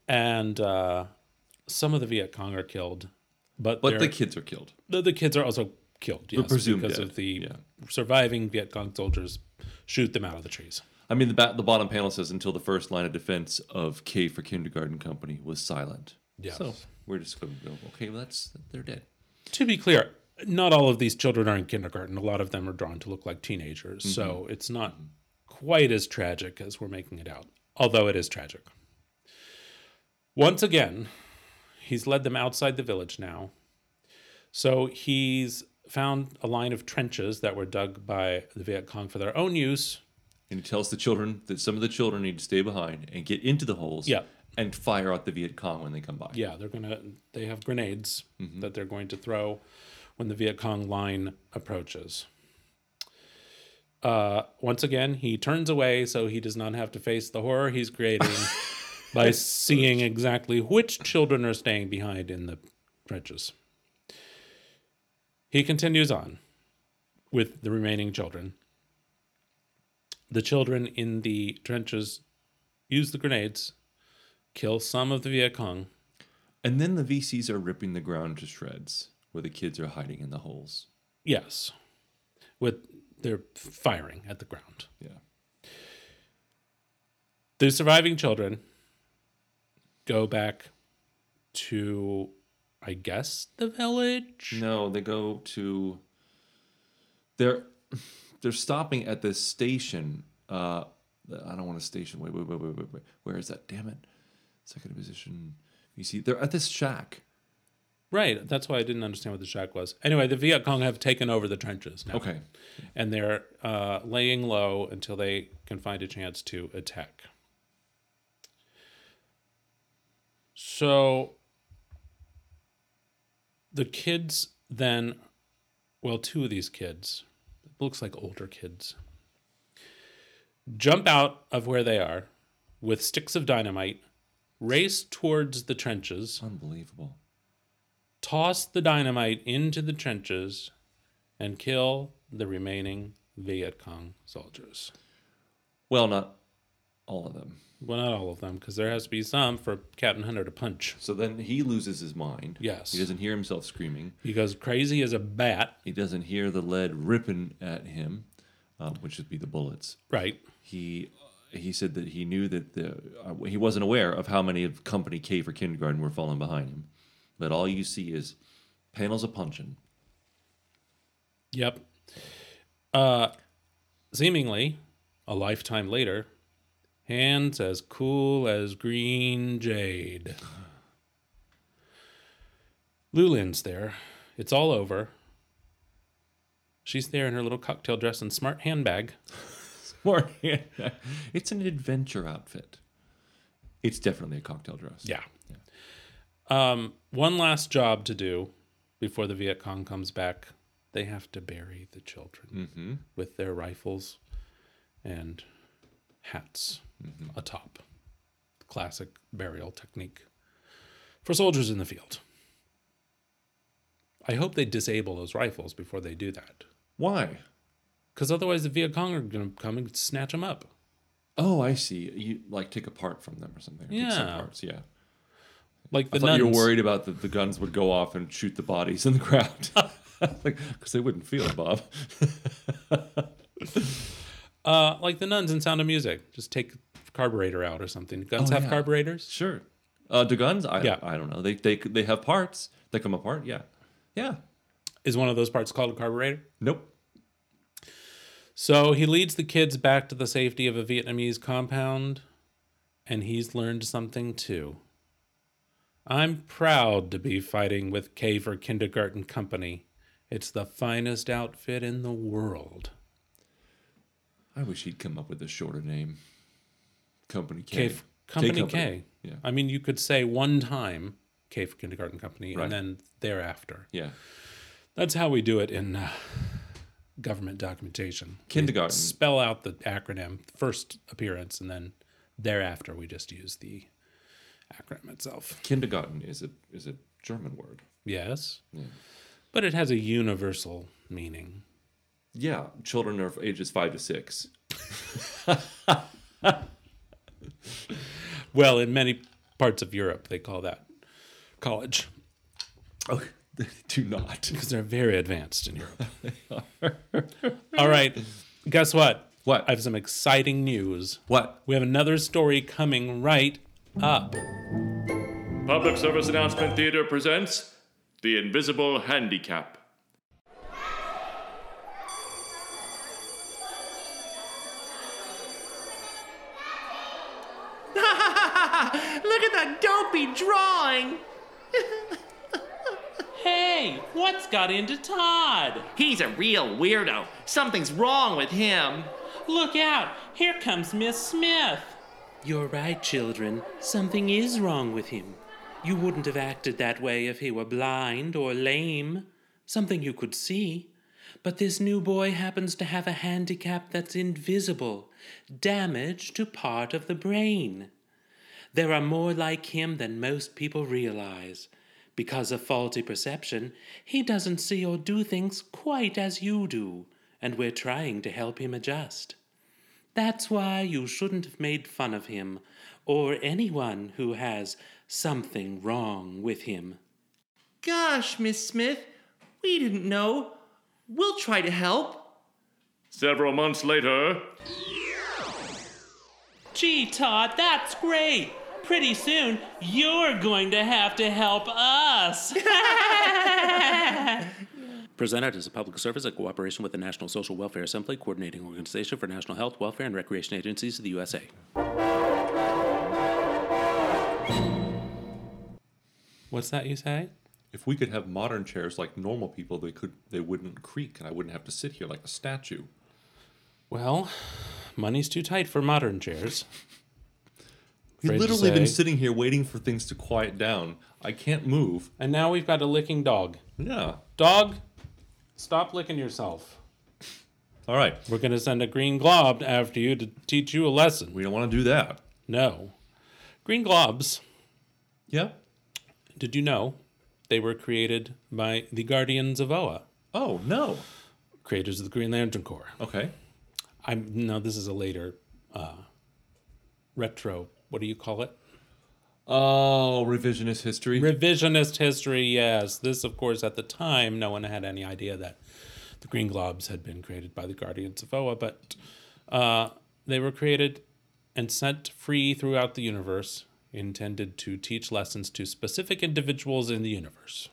S3: and uh, some of the Viet Cong are killed, but
S6: But
S3: they're-
S6: the kids are killed.
S3: the, the kids are also killed. Yes,
S6: presumed
S3: because
S6: dead,
S3: of the
S6: yeah.
S3: surviving Viet Cong soldiers shoot them out of the trees.
S6: I mean, the, ba- the bottom panel says until the first line of defense of K for Kindergarten Company was silent.
S3: Yeah.
S6: So we're just going to go, okay, well, that's, they're dead.
S3: To be clear, not all of these children are in kindergarten. A lot of them are drawn to look like teenagers, so it's not quite as tragic as we're making it out. Although it is tragic. Once again, he's led them outside the village now. So he's found a line of trenches that were dug by the Viet Cong for their own use.
S6: And he tells the children that some of the children need to stay behind and get into the holes
S3: Yeah.
S6: and fire out the Viet Cong when they come by.
S3: Yeah, they're gonna. They have grenades that they're going to throw when the Viet Cong line approaches. Uh, once again, he turns away so he does not have to face the horror he's creating by seeing exactly which children are staying behind in the trenches. He continues on with the remaining children. The children in the trenches use the grenades, kill some of the Viet Cong,
S6: And then the VCs are ripping the ground to shreds where the kids are hiding in the holes.
S3: Yes. With they're firing at the ground.
S6: Yeah.
S3: The surviving children go back to I guess the village.
S6: No, they go to. They're they're stopping at this station. Uh, I don't want a station. Wait, wait, wait, wait, wait, wait. Where is that? Damn it! Second position. You see, they're at this shack.
S3: Right. That's why I didn't understand what the shack was. Anyway, the Viet Cong have taken over the trenches now.
S6: Okay.
S3: And they're uh, laying low until they can find a chance to attack. So the kids then, well, two of these kids, looks like older kids, jump out of where they are with sticks of dynamite, race towards the trenches
S6: Unbelievable.
S3: toss the dynamite into the trenches and kill the remaining Viet Cong soldiers.
S6: Well, not all of them.
S3: Well, not all of them, because there has to be some for Captain Hunter to punch.
S6: So then he loses his mind.
S3: Yes.
S6: He doesn't hear himself screaming.
S3: He goes crazy as a bat.
S6: He doesn't hear the lead ripping at him, uh, which would be the bullets.
S3: Right.
S6: he he said that he knew that the uh, he wasn't aware of how many of company K for kindergarten were falling behind him, but all you see is panels of punching.
S3: Yep. Uh, seemingly, a lifetime later, hands as cool as green jade. Lulin's there. It's all over. She's there in her little cocktail dress and smart handbag.
S6: Or- it's an adventure outfit. It's definitely a cocktail dress.
S3: Yeah. Um, one last job to do before the Viet Cong comes back. They have to bury the children
S6: Mm-hmm.
S3: with their rifles and hats
S6: Mm-hmm.
S3: atop. Classic burial technique for soldiers in the field. I hope they disable those rifles before they do that.
S6: Why?
S3: Because otherwise, the Viet Cong are going to come and snatch them up.
S6: Oh, I see. You like take a part from them or something. or take some
S3: Yeah.
S6: parts. Yeah.
S3: Like the
S6: I thought
S3: nuns.
S6: you were worried about that the guns would go off and shoot the bodies in the crowd. like, because they wouldn't feel it, Bob.
S3: Uh, like the nuns in Sound of Music. Just take carburetor out or something. Guns
S6: Oh,
S3: have
S6: yeah.
S3: carburetors.
S6: Sure. Uh, do guns? I,
S3: Yeah.
S6: I don't know. They, they they have parts that come apart. Yeah. Yeah.
S3: Is one of those parts called a carburetor?
S6: Nope.
S3: So he leads the kids back to the safety of a Vietnamese compound, and he's learned something too. I'm proud to be fighting with Caver Kindergarten Company. It's the finest outfit in the world.
S6: I wish he'd come up with a shorter name. Company K.
S3: Cave Company K. I
S6: Company. Yeah.
S3: mean, you could say one time Cave Kindergarten Company
S6: Right.
S3: and then thereafter.
S6: yeah.
S3: That's how we do it in uh, government documentation. We
S6: Kindergarten.
S3: spell out the acronym first appearance and then thereafter we just use the acronym itself.
S6: Kindergarten is a is a German word.
S3: Yes.
S6: Yeah.
S3: But it has a universal meaning.
S6: Yeah, children are ages five to six.
S3: Well, in many parts of Europe, they call that college
S6: Oh, they do not.
S3: because they're very advanced in Europe. All right. Guess what?
S6: What?
S3: I have some exciting news.
S6: What?
S3: We have another story coming right up.
S7: Public Service Announcement Theater presents The Invisible Handicap.
S8: Look at that dopey drawing! hey, what's got into Todd? He's a real weirdo. Something's wrong with him. Look out! Here comes Miss Smith! You're right, children. Something is wrong with him. You wouldn't have acted that way if he were blind or lame, something you could see. But this new boy happens to have a handicap that's invisible damage to part of the brain. There are more like him than most people realize. Because of faulty perception, he doesn't see or do things quite as you do, and we're trying to help him adjust. That's why you shouldn't have made fun of him, or anyone who has something wrong with him. Gosh, Miss Smith, we didn't know. We'll try to help.
S7: Several months later,
S8: Gee, Todd, that's great. Pretty soon, you're going to have to help us.
S9: Presented as a public service in cooperation with the National Social Welfare Assembly, coordinating organization for national health, welfare, and recreation agencies of the USA.
S3: What's that you say?
S6: If we could have modern chairs like normal people, they could they wouldn't creak, and I wouldn't have to sit here like a statue.
S3: Well, money's too tight for modern chairs.
S6: We've
S3: Afraid to
S6: literally been
S3: say.
S6: sitting here waiting for things to quiet down. I can't move.
S3: And now we've got a licking dog.
S6: Yeah.
S3: Dog, stop licking yourself.
S6: All right.
S3: We're going to send a green glob after you to teach you a lesson.
S6: We don't want to do that.
S3: No. Green globs,
S6: Yeah.
S3: did you know they were created by the Guardians of Oa,
S6: Oh no.
S3: creators of the Green Lantern Corps?
S6: Okay.
S3: I'm no, this is a later uh, retro. What do you call it?
S6: Oh, revisionist history.
S3: Revisionist history. Yes, this, of course, at the time, no one had any idea that the Green Globes had been created by the Guardians of Oa, but uh, they were created and sent free throughout the universe, intended to teach lessons to specific individuals in the universe.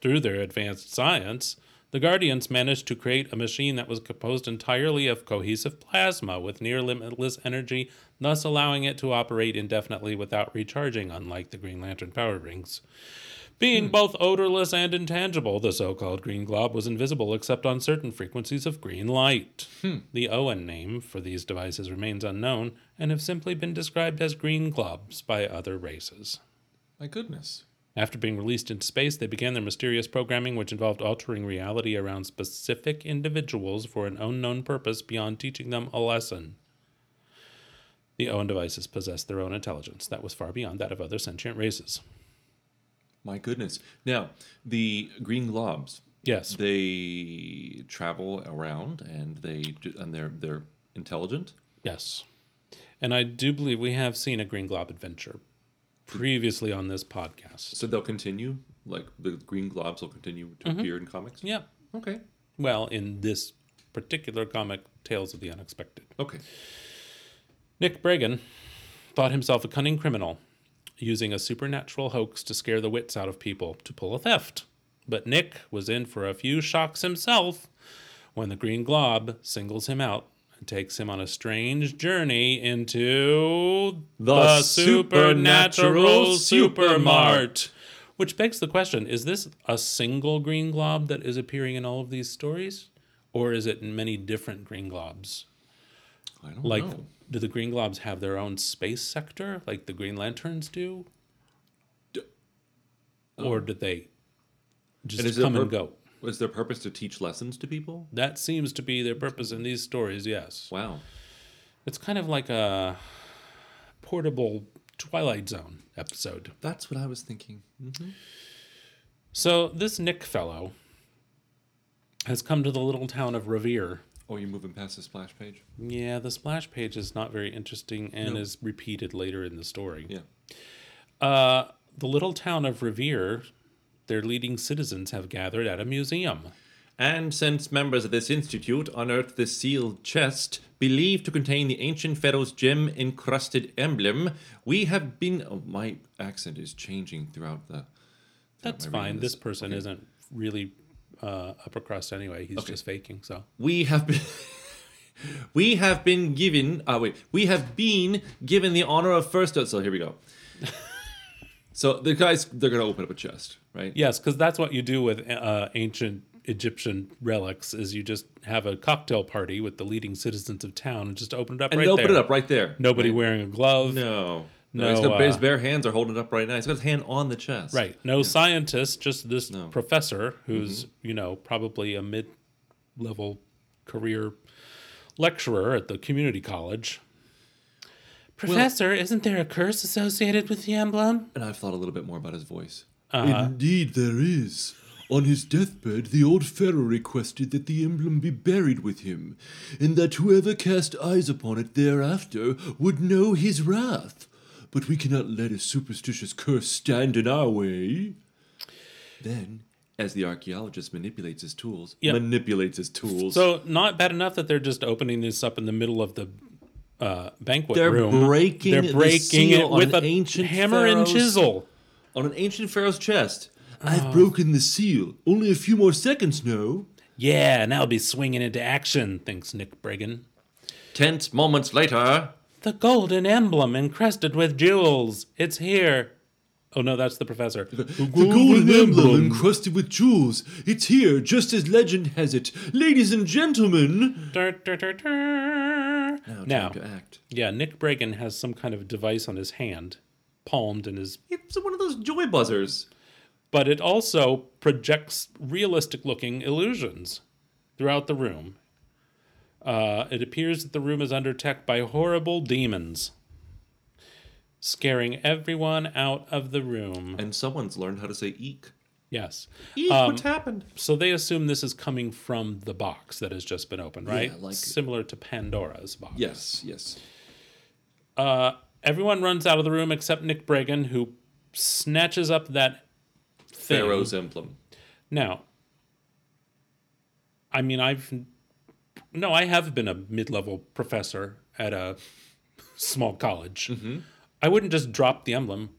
S3: Through their advanced science, the Guardians managed to create a machine that was composed entirely of cohesive plasma with near limitless energy, thus allowing it to operate indefinitely without recharging, unlike the Green Lantern power rings. Being both odorless and intangible, the so called green glob was invisible except on certain frequencies of green light. The Owen name for these devices remains unknown and have simply been described as green globs by other races.
S6: My goodness.
S3: After being released into space, they began their mysterious programming, which involved altering reality around specific individuals for an unknown purpose beyond teaching them a lesson. The Owen devices possessed their own intelligence that was far beyond that of other sentient races.
S6: My goodness. Now, the green globs,
S3: Yes.
S6: they travel around and they do, and they're they're intelligent.
S3: Yes. And I do believe we have seen a Green Glob adventure previously on this podcast.
S6: So they'll continue like the green globs will continue to appear in comics.
S3: Mm-hmm. Yeah.
S6: Okay.
S3: Well, in this particular comic, Tales of the Unexpected.
S6: Okay.
S3: Nick Bragan thought himself a cunning criminal, using a supernatural hoax to scare the wits out of people to pull a theft. But Nick was in for a few shocks himself when the Green Glob singles him out and and takes him on a strange journey into
S6: The supernatural supermart.
S3: Which begs the question is this a single green glob that is appearing in all of these stories? Or is it many different green globs?
S6: I don't
S3: Like,
S6: know.
S3: do the green globs have their own space sector like the Green Lanterns do? or do they just
S6: um, is it
S3: come and
S6: pur-
S3: go?
S6: Was their purpose to teach lessons to people?
S3: That seems to be their purpose in these stories, yes.
S6: Wow.
S3: It's kind of like a portable Twilight Zone episode.
S6: That's what I was thinking.
S3: So this Nick fellow has come to the little town of Revere.
S6: Oh, you're moving past the splash page?
S3: Yeah, the splash page is not very interesting and
S6: No.
S3: is repeated later in the story.
S6: Yeah.
S3: Uh, the little town of Revere, their leading citizens have gathered at a
S6: Oh,
S3: museum.
S6: And since members of this institute unearthed the sealed chest believed to contain the ancient pharaoh's gem encrusted emblem, we have been. Oh, my accent is changing throughout the. throughout
S3: That's
S6: my reading
S3: fine.
S6: of
S3: This person isn't really uh, upper crust anyway. He's just faking. So
S6: We have been. we have been given. Ah, wait. We have been given the honor of first. oh, So here we go. so the guys, they're gonna open up a chest, right?
S3: yes, because that's what you do with uh, ancient Egyptian relics: is you just have a cocktail party with the leading citizens of town and just open it up
S6: And
S3: right
S6: they open
S3: there.
S6: it up right there.
S3: Nobody
S6: right?
S3: wearing a glove.
S6: No.
S3: No,
S6: his, his
S3: uh,
S6: bare hands are holding it up right now. He's got his hand on the chest.
S3: Right. No scientist, just this
S6: No. Mm-hmm.
S3: professor who's, you know, probably a mid level career lecturer at the community college. Professor, isn't there a curse associated with the emblem?
S6: And I've thought a little bit more about his voice.
S3: Uh-huh.
S10: Indeed, there is. On his deathbed, the old pharaoh requested that the emblem be buried with him, and that whoever cast eyes upon it thereafter would know his wrath. But we cannot let a superstitious curse stand in our way.
S6: Then, as the archaeologist manipulates his tools,
S3: Yeah.
S6: manipulates his tools.
S3: So, not bad enough that they're just opening this up in the middle of the uh, banquet
S6: They're
S3: room.
S6: breaking
S3: they're
S6: the
S3: breaking
S6: seal
S3: it
S6: on
S3: with
S6: an
S3: a
S6: ancient
S3: hammer and
S6: pharaoh's-
S3: chisel.
S6: on an ancient pharaoh's chest.
S10: I've broken the seal. Only a few more seconds now.
S3: Yeah, and that'll be swinging into action, thinks Nick Brigham.
S6: Tense moments later,
S3: The golden emblem encrusted with jewels. It's here. Oh no, that's the professor.
S10: The golden emblem encrusted with jewels. It's here, just as legend has it. Ladies and gentlemen,
S3: Dur, dur, dur, dur.
S6: now,
S3: Now,
S6: time to act.
S3: yeah, Nick Bragan has some kind of device on his hand, palmed in his,
S6: It's one of those joy buzzers.
S3: but it also projects realistic-looking illusions throughout the room. Uh, it appears that the room is under attack by horrible demons, scaring everyone out of the room.
S6: And someone's learned how to say eek.
S3: Yes.
S6: Eek, what's happened?
S3: So they assume this is coming from the box that has just been opened, right?
S6: Yeah, like-
S3: Similar to Pandora's box.
S6: Yes, yes.
S3: Everyone runs out of the room except Nick Bragan, who snatches up that thing.
S6: Pharaoh's emblem.
S3: Now, I mean, I've no, I have been a mid-level professor at a small college.
S6: Mm-hmm.
S3: I wouldn't just drop the emblem.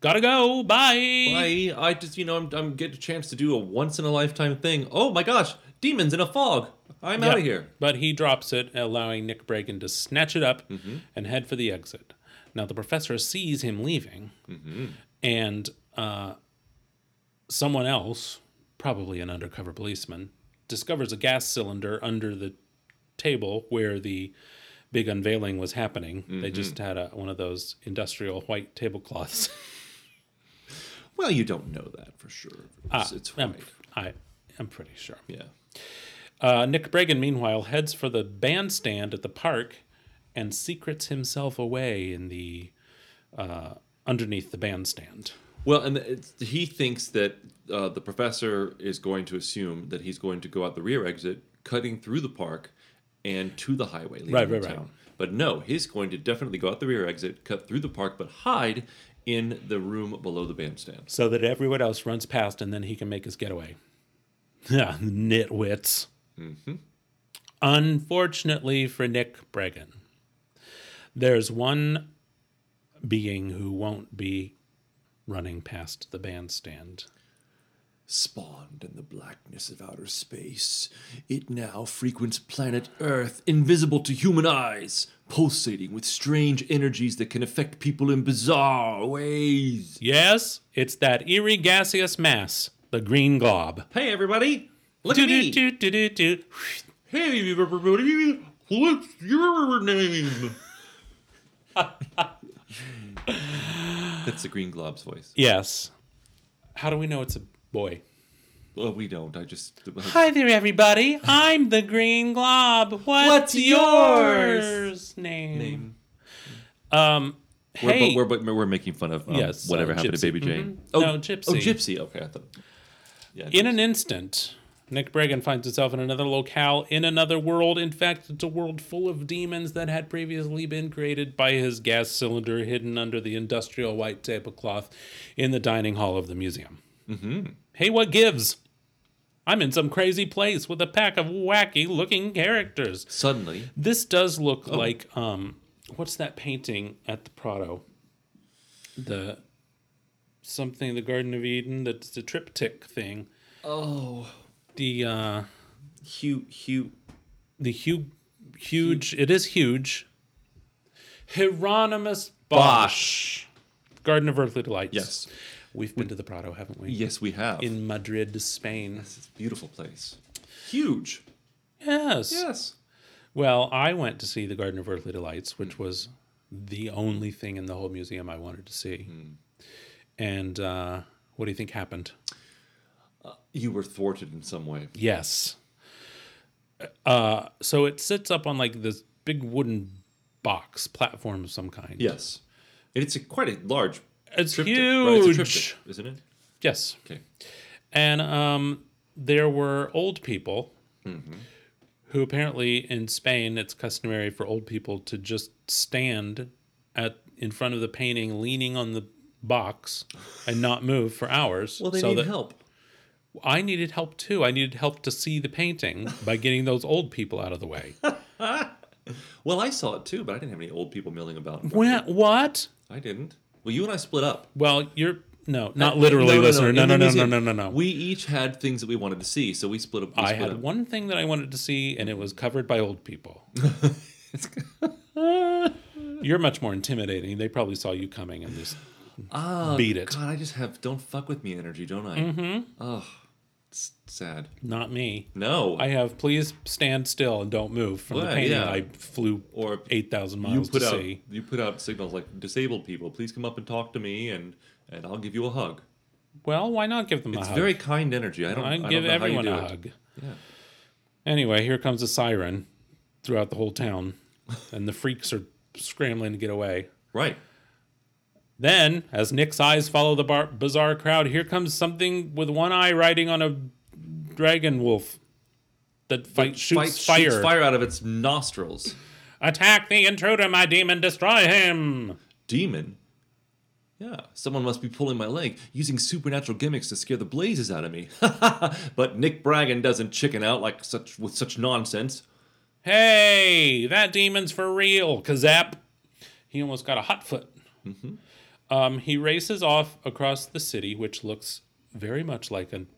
S3: Gotta go. Bye.
S6: I, I just, you know, I'm, I'm getting a chance to do a once in a lifetime thing. Oh my gosh, demons in a fog. I'm out of
S3: Yeah.
S6: here.
S3: But he drops it, allowing Nick Bragan to snatch it up
S6: Mm-hmm.
S3: and head for the exit. Now the professor sees him leaving,
S6: Mm-hmm.
S3: and uh, someone else, probably an undercover policeman, discovers a gas cylinder under the table where the big unveiling was happening. They just
S6: Mm-hmm.
S3: had a, one of those industrial white tablecloths.
S6: Well, you don't know that for sure. It's, it's
S3: I'm,
S6: right.
S3: I, I'm pretty sure.
S6: Yeah.
S3: Uh, Nick Bragan, meanwhile, heads for the bandstand at the park and secrets himself away in the uh, underneath the bandstand.
S6: Well, and it's, he thinks that uh, the professor is going to assume that he's going to go out the rear exit, cutting through the park and to the highway leading
S3: Right, right,
S6: to
S3: right.
S6: town. But no, he's going to definitely go out the rear exit, cut through the park, but hide in the room below the bandstand.
S3: so that everyone else runs past and then he can make his getaway. Yeah, nitwits. Unfortunately for Nick Bregan, there's one being who won't be running past the bandstand.
S10: Spawned in the blackness of outer space, it now frequents planet Earth, invisible to human eyes, pulsating with strange energies that can affect people in bizarre ways.
S3: Yes, it's that eerie gaseous mass, the green glob.
S9: Hey, everybody. Look at me.
S6: Hey, everybody. What's your name? That's the Green Glob's voice.
S3: Yes. How do we know it's a boy?
S6: Well, we don't. I just.
S3: Hi there, everybody. I'm the Green Glob. What's,
S9: What's yours?
S3: yours? Name. Um,
S6: We're,
S3: hey,
S6: but we're, but we're making fun of um,
S3: Yes,
S6: whatever
S3: uh,
S6: happened
S3: Gypsy.
S6: to Baby Jane.
S3: Mhm.
S6: Oh,
S3: No, Gypsy.
S6: Oh, Gypsy. Okay, I thought. Yeah,
S3: in an instant, Nick Bregan finds himself in another locale, in another world. In fact, it's a world full of demons that had previously been created by his gas cylinder hidden under the industrial white tablecloth in the dining hall of the museum.
S6: Mm-hmm.
S3: Hey, what gives? I'm in some crazy place with a pack of wacky looking characters.
S6: Suddenly,
S3: This does look
S6: Oh.
S3: like um what's that painting at the Prado? The something the Garden of Eden that's the triptych thing.
S10: Oh.
S3: The uh
S9: Hugh Hugh
S3: the huge huge it is huge. Hieronymus
S6: Bosch.
S3: Bosch. Garden of Earthly Delights.
S6: Yes.
S3: We've been to the Prado, haven't we?
S6: Yes, we have.
S3: In Madrid, Spain.
S6: It's a beautiful place. Huge.
S3: Yes.
S6: Yes.
S3: Well, I went to see the Garden of Earthly Delights,
S6: Hmm.
S3: which was the only thing in the whole museum I wanted to see.
S6: Hmm.
S3: And uh, what do you think happened?
S6: You were thwarted in some way.
S3: Yes. Uh, so it sits up on like this big wooden box platform of some kind.
S6: Yes. And it's a, quite a large.
S3: It's
S6: triptych, right? It's a
S3: huge.
S6: triptych, isn't it?
S3: Yes.
S6: Okay.
S3: And um, there were old people
S6: Mm-hmm.
S3: who apparently in Spain it's customary for old people to just stand at in front of the painting, leaning on the box and not move for hours.
S6: Well, they
S3: so
S6: need
S3: that-
S6: help.
S3: I needed help too. I needed help to see the painting by getting those old people out of the way.
S6: Well, I saw it too, but I didn't have any old people milling about.
S3: when, what?
S6: I didn't. Well, you and I split up.
S3: Well, you're no,
S6: Uh,
S3: not literally, listener. No,
S6: in
S3: no,
S6: the
S3: no, no,
S6: museum.
S3: no, no, no.
S6: We each had things that we wanted to see, so we split up. we
S3: I
S6: split
S3: had
S6: up.
S3: one thing that I wanted to see, and it was covered by old people. You're much more intimidating. They probably saw you coming and just
S6: Ah,
S3: beat it.
S6: God, I just have don't fuck with me energy, don't I?
S3: Mhm.
S6: Oh, it's sad.
S3: Not me.
S6: No.
S3: I have please stand still and don't move from the
S6: Well,
S3: painting
S6: yeah.
S3: I flew
S6: Or
S3: eight thousand
S6: you
S3: miles
S6: put
S3: to
S6: out
S3: see.
S6: you put out signals like disabled people, please come up and talk to me, and and I'll give you a hug.
S3: Well, why not give them
S6: it's
S3: a hug?
S6: very kind energy. I don't.
S3: I
S6: I don't
S3: give
S6: know how you
S3: everyone
S6: do
S3: a
S6: it.
S3: hug.
S6: Yeah.
S3: Anyway, here comes a siren throughout the whole town, and the freaks are scrambling to get away.
S6: Right.
S3: Then, as Nick's eyes follow the bar- bizarre crowd, here comes something with one eye riding on a dragon wolf that fight, shoots
S6: Fight-
S3: fire.
S6: shoots fire out of its nostrils.
S3: Attack the intruder, my demon! Destroy him!
S6: Demon. Yeah, someone must be pulling my leg, using supernatural gimmicks to scare the blazes out of me. but Nick Bragan doesn't chicken out like such with such nonsense.
S3: Hey, that demon's for real! Kazap! He almost got a hot foot. Um, he races off across the city, which looks very much like an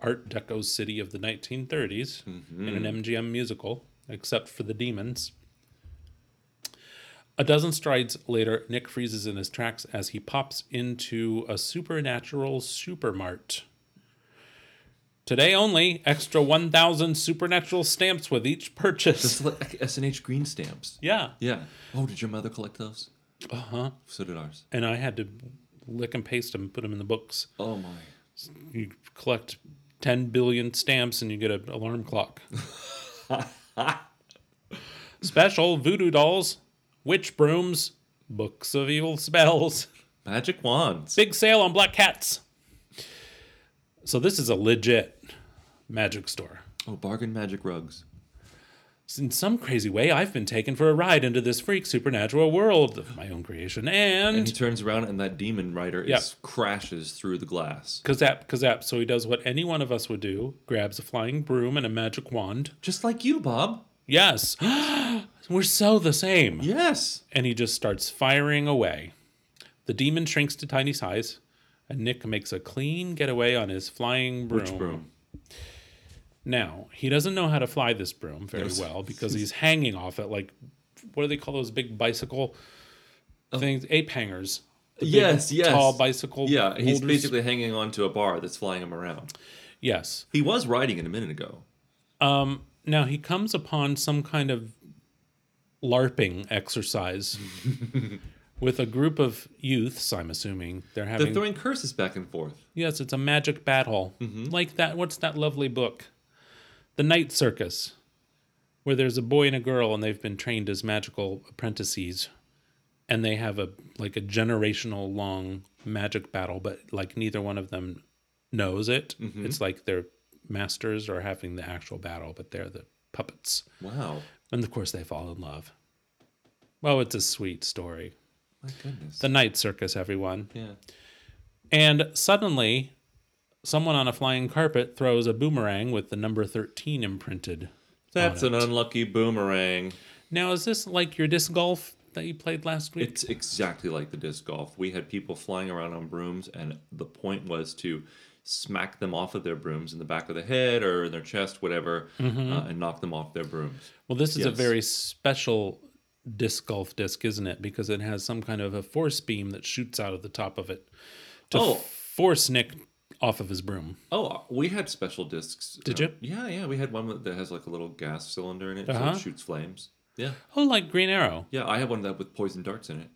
S3: Art Deco city of the 1930s in an MGM musical, except for the demons. A dozen strides later, Nick freezes in his tracks as he pops into a supernatural supermart. Today only, extra 1,000 supernatural stamps with each purchase.
S6: It's like SNH green stamps.
S3: Yeah.
S6: Yeah. Oh, did your mother collect those?
S3: Uh huh.
S6: So did ours.
S3: And I had to lick and paste them, put them in the books.
S6: Oh my.
S3: You collect 10 billion stamps and you get an alarm clock. Special voodoo dolls, witch brooms, books of evil spells.
S6: Magic wands.
S3: Big sale on black cats. So this is a legit magic store.
S6: Oh, bargain magic rugs.
S3: In some crazy way, I've been taken for a ride into this freak supernatural world of my own creation.
S6: And he
S3: And
S6: turns around and that demon rider
S3: Yeah.
S6: is crashes through the glass.
S3: kazap, kazap. So he does what any one of us would do: grabs a flying broom and a magic wand.
S6: Just like you, Bob.
S3: Yes, we're so the same.
S6: Yes.
S3: And he just starts firing away. The demon shrinks to tiny size, and Nick makes a clean getaway on his flying broom.
S6: Which broom?
S3: Now, he doesn't know how to fly this broom very
S6: Yes.
S3: well because he's hanging off it like what do they call those big bicycle things? Ape hangers. The big,
S6: Oh. yes, yes.
S3: Tall bicycle.
S6: Yeah, he's
S3: holders.
S6: basically hanging on to a bar that's flying him around.
S3: Yes.
S6: He was riding it a minute ago.
S3: Um, now he comes upon some kind of LARPing exercise with a group of youths. I'm assuming they're having.
S6: They're throwing curses back and forth.
S3: yes, it's a magic battle like that. What's that lovely book, The Night Circus, where there's a boy and a girl and they've been trained as magical apprentices, and they have a like a generational long magic battle, but like neither one of them knows it.
S6: Mhm.
S3: It's like their masters are having the actual battle, but they're the puppets.
S6: Wow.
S3: And of course, they fall in love. Well, it's a sweet story.
S6: My goodness.
S3: The Night Circus, everyone.
S6: Yeah.
S3: And suddenly, someone on a flying carpet throws a boomerang with the number 13 imprinted.
S6: That's an unlucky boomerang.
S3: Now, is this like your disc golf that you played last week?
S6: It's exactly like the disc golf. We had people flying around on brooms, and the point was to smack them off of their brooms in the back of the head or in their chest, whatever,
S3: Mhm.
S6: uh, and knock them off their brooms.
S3: Well, this is a
S6: Yes.
S3: very special disc golf disc, isn't it? Because it has some kind of a force beam that shoots out of the top of it to
S6: Oh.
S3: force Nick off of his broom.
S6: Oh, we had special discs.
S3: Did
S6: uh,
S3: you?
S6: Yeah, yeah. We had one that has like a little gas cylinder in it,
S3: Uh-huh.
S6: so it shoots flames. Yeah,
S3: Oh, like Green Arrow.
S6: yeah. I had one that with poison darts in it.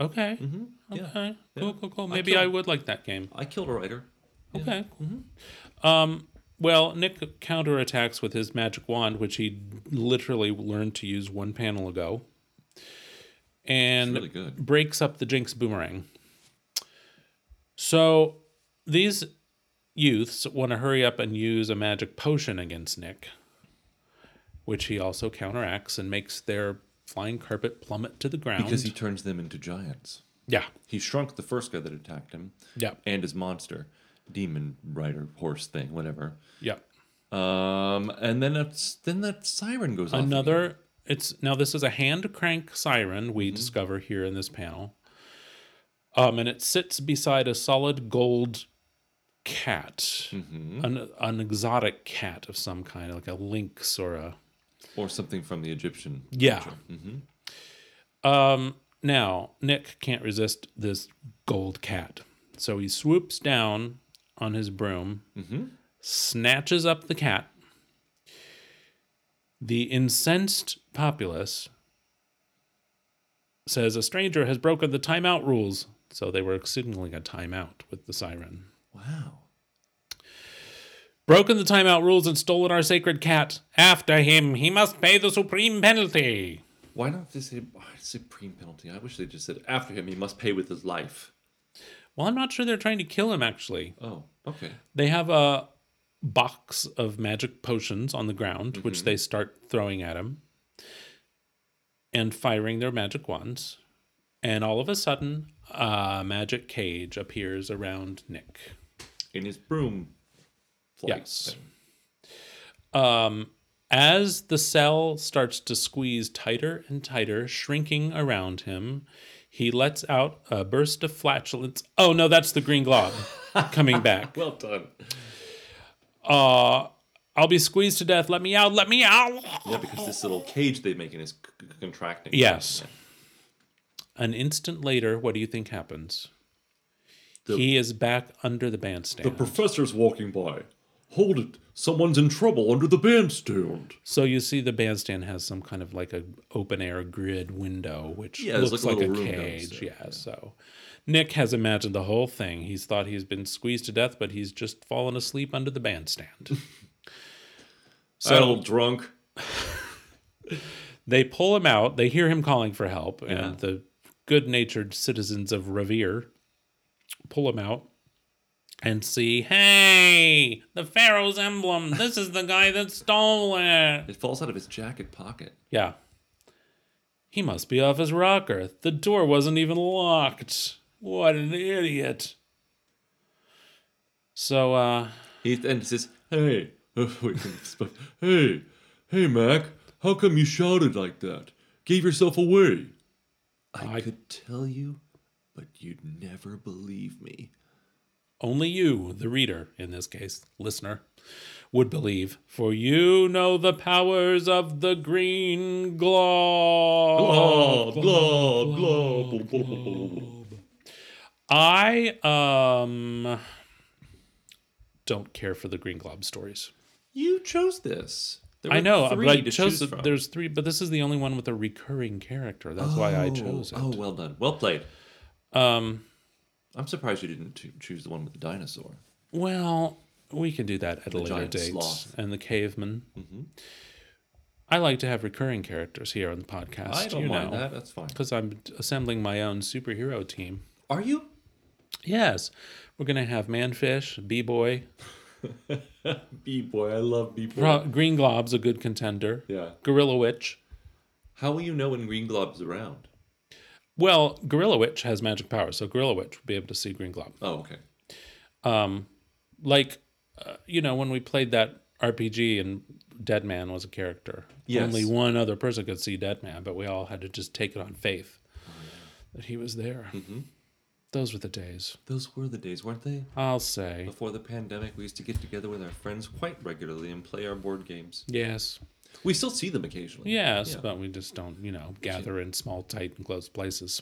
S3: Okay.
S6: Mm-hmm. Yeah.
S3: Okay. Cool, cool, cool.
S6: I
S3: Maybe I,
S6: killed-
S3: would like that game.
S6: I killed a writer.
S3: Okay.
S6: Mm-hmm.
S3: Um, well, Nick counterattacks with his magic wand, which he literally learned to use one panel ago, and
S6: really good.
S3: breaks up the Jinx boomerang. So these youths want to hurry up and use a magic potion against Nick, which he also counteracts and makes their flying carpet plummet to the ground.
S6: Because he turns them into giants.
S3: Yeah.
S6: He shrunk the first guy that attacked him.
S3: Yeah.
S6: And his monster, demon rider, horse thing, whatever.
S3: Yeah.
S6: Um, and then it's, then that siren goes off.
S3: another it's now this is a hand crank siren
S6: Mm-hmm.
S3: we discover here in this panel um and it sits beside a solid gold cat
S6: Mm-hmm.
S3: an, an exotic cat of some kind like a lynx or a
S6: Or something from the Egyptian.
S3: yeah
S6: Mm-hmm.
S3: um now nick can't resist this gold cat so he swoops down on his broom
S6: Mhm.
S3: snatches up the cat The incensed populace says a stranger has broken the timeout rules, so they were signaling a timeout with the siren.
S6: Wow.
S3: Broken the timeout rules and stolen our sacred cat. After him, he must pay the supreme penalty.
S6: Why not this supreme penalty? I wish they just said after him he must pay with his life.
S3: Well, I'm not sure they're trying to kill him, actually.
S6: Oh, okay.
S3: They have a box of magic potions on the ground, which they start throwing at him and firing their magic wands. And all of a sudden, a magic cage appears around Nick.
S6: In his broom. flight
S3: Yes.
S6: thing.
S3: Um, as the cell starts to squeeze tighter and tighter, shrinking around him, he lets out a burst of flatulence. Oh no, that's the green glob coming back.
S6: Well done.
S3: Uh, I'll be squeezed to death. Let me out. Let me out.
S6: Yeah, because this little cage they make in is c- c- contracting.
S3: Yes. An instant later, what do you think happens?
S6: The-
S3: he is back under the bandstand.
S10: professor's walking by. Hold it. Someone's in trouble under the bandstand.
S3: so you see the bandstand has some kind of like a open air grid window, which
S6: Yeah, there's
S3: looks
S6: like
S3: like
S6: a
S3: a
S6: little room
S3: cage.
S6: downstairs,
S3: Yeah, so Nick has imagined the whole thing. He's thought he's been squeezed to death, but he's just fallen asleep under the bandstand.
S6: So, Idle drunk.
S3: they pull him out. They hear him calling for help, and the good-natured citizens of Revere pull him out and see, hey, the Pharaoh's emblem. This is the guy that stole it.
S6: It falls out of his jacket pocket.
S3: Yeah. He must be off his rocker. The door wasn't even locked. What an idiot. So, uh,
S6: He and he says,
S10: Hey. Oh, wait, sp- hey. Hey, Mac. How come you shouted like that? Gave yourself away.
S6: I, could tell you, but you'd never believe me.
S3: Only you, the reader, in this case, listener, would believe, for you know the powers of the green
S6: Oh,
S3: globe.
S6: globe, globe, globe.
S3: I um don't care for the Green Globe stories.
S6: You chose this. There
S3: I
S6: were
S3: know,
S6: three
S3: but I
S6: to
S3: chose
S6: choose from.
S3: there's three, but this is the only one with a recurring character. That's why I chose it.
S6: Oh, well done. Well played.
S3: Um,
S6: I'm surprised you didn't cho- choose the one with the dinosaur.
S3: Well, we can do that at
S6: The
S3: a later
S6: giant
S3: date.
S6: sloth. Mm-hmm.
S3: And the caveman. I like to have recurring characters here on the podcast.
S6: I don't
S3: you
S6: mind
S3: know,
S6: that. That's fine.
S3: Because I'm assembling my own superhero team.
S6: Are you?
S3: Yes. We're going to have Manfish, B Boy.
S6: B boy, I love B boy.
S3: Green Glob's a good contender.
S6: Yeah.
S3: Gorilla Witch.
S6: How will you know when Green Glob's around?
S3: Well, Gorilla Witch has magic powers, so Gorilla Witch will be able to see Green Glob.
S6: Oh, okay.
S3: um like uh, you know when we played that rpg and dead man was a character
S6: Yes.
S3: only one other person could see dead man but we all had to just take it on faith
S6: Oh,
S3: that he was there
S6: Mm-hmm.
S3: those were the days
S6: Those were the days, weren't they?
S3: i'll say
S6: Before the pandemic, we used to get together with our friends quite regularly and play our board games.
S3: yes
S6: We still see them occasionally.
S3: yes
S6: Yeah.
S3: but we just don't you Mm. know gather in small tight enclosed places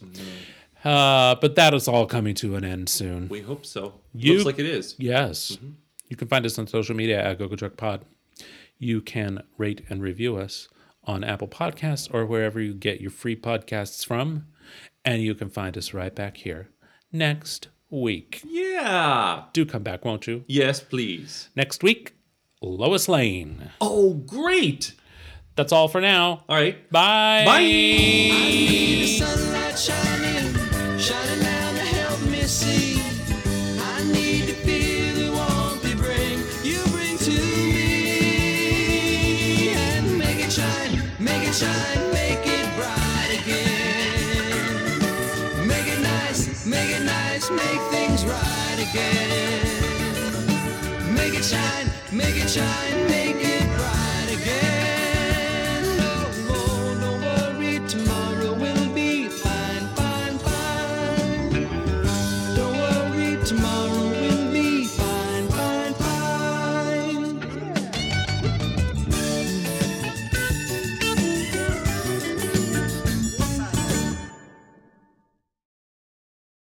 S3: uh, but that is all coming to an end soon
S6: We hope so.
S3: You-
S6: Looks like it is.
S3: Yes. You can find us on social media at Gogo Chuck Pod. You can rate and review us on Apple Podcasts or wherever you get your free podcasts from. And you can find us right back here next week.
S6: Yeah.
S3: Do come back, won't you?
S6: Yes, please.
S3: Next week, Lois Lane.
S6: Oh, great.
S3: That's all for now.
S6: All right.
S3: Bye.
S4: need the sunlight shining, shining down to help me see. I need to feel the warmth you bring, you bring to me. And make it shine, make it shine, make it bright again. Make it nice, make it nice, make things right again. Make it shine, make it shine, make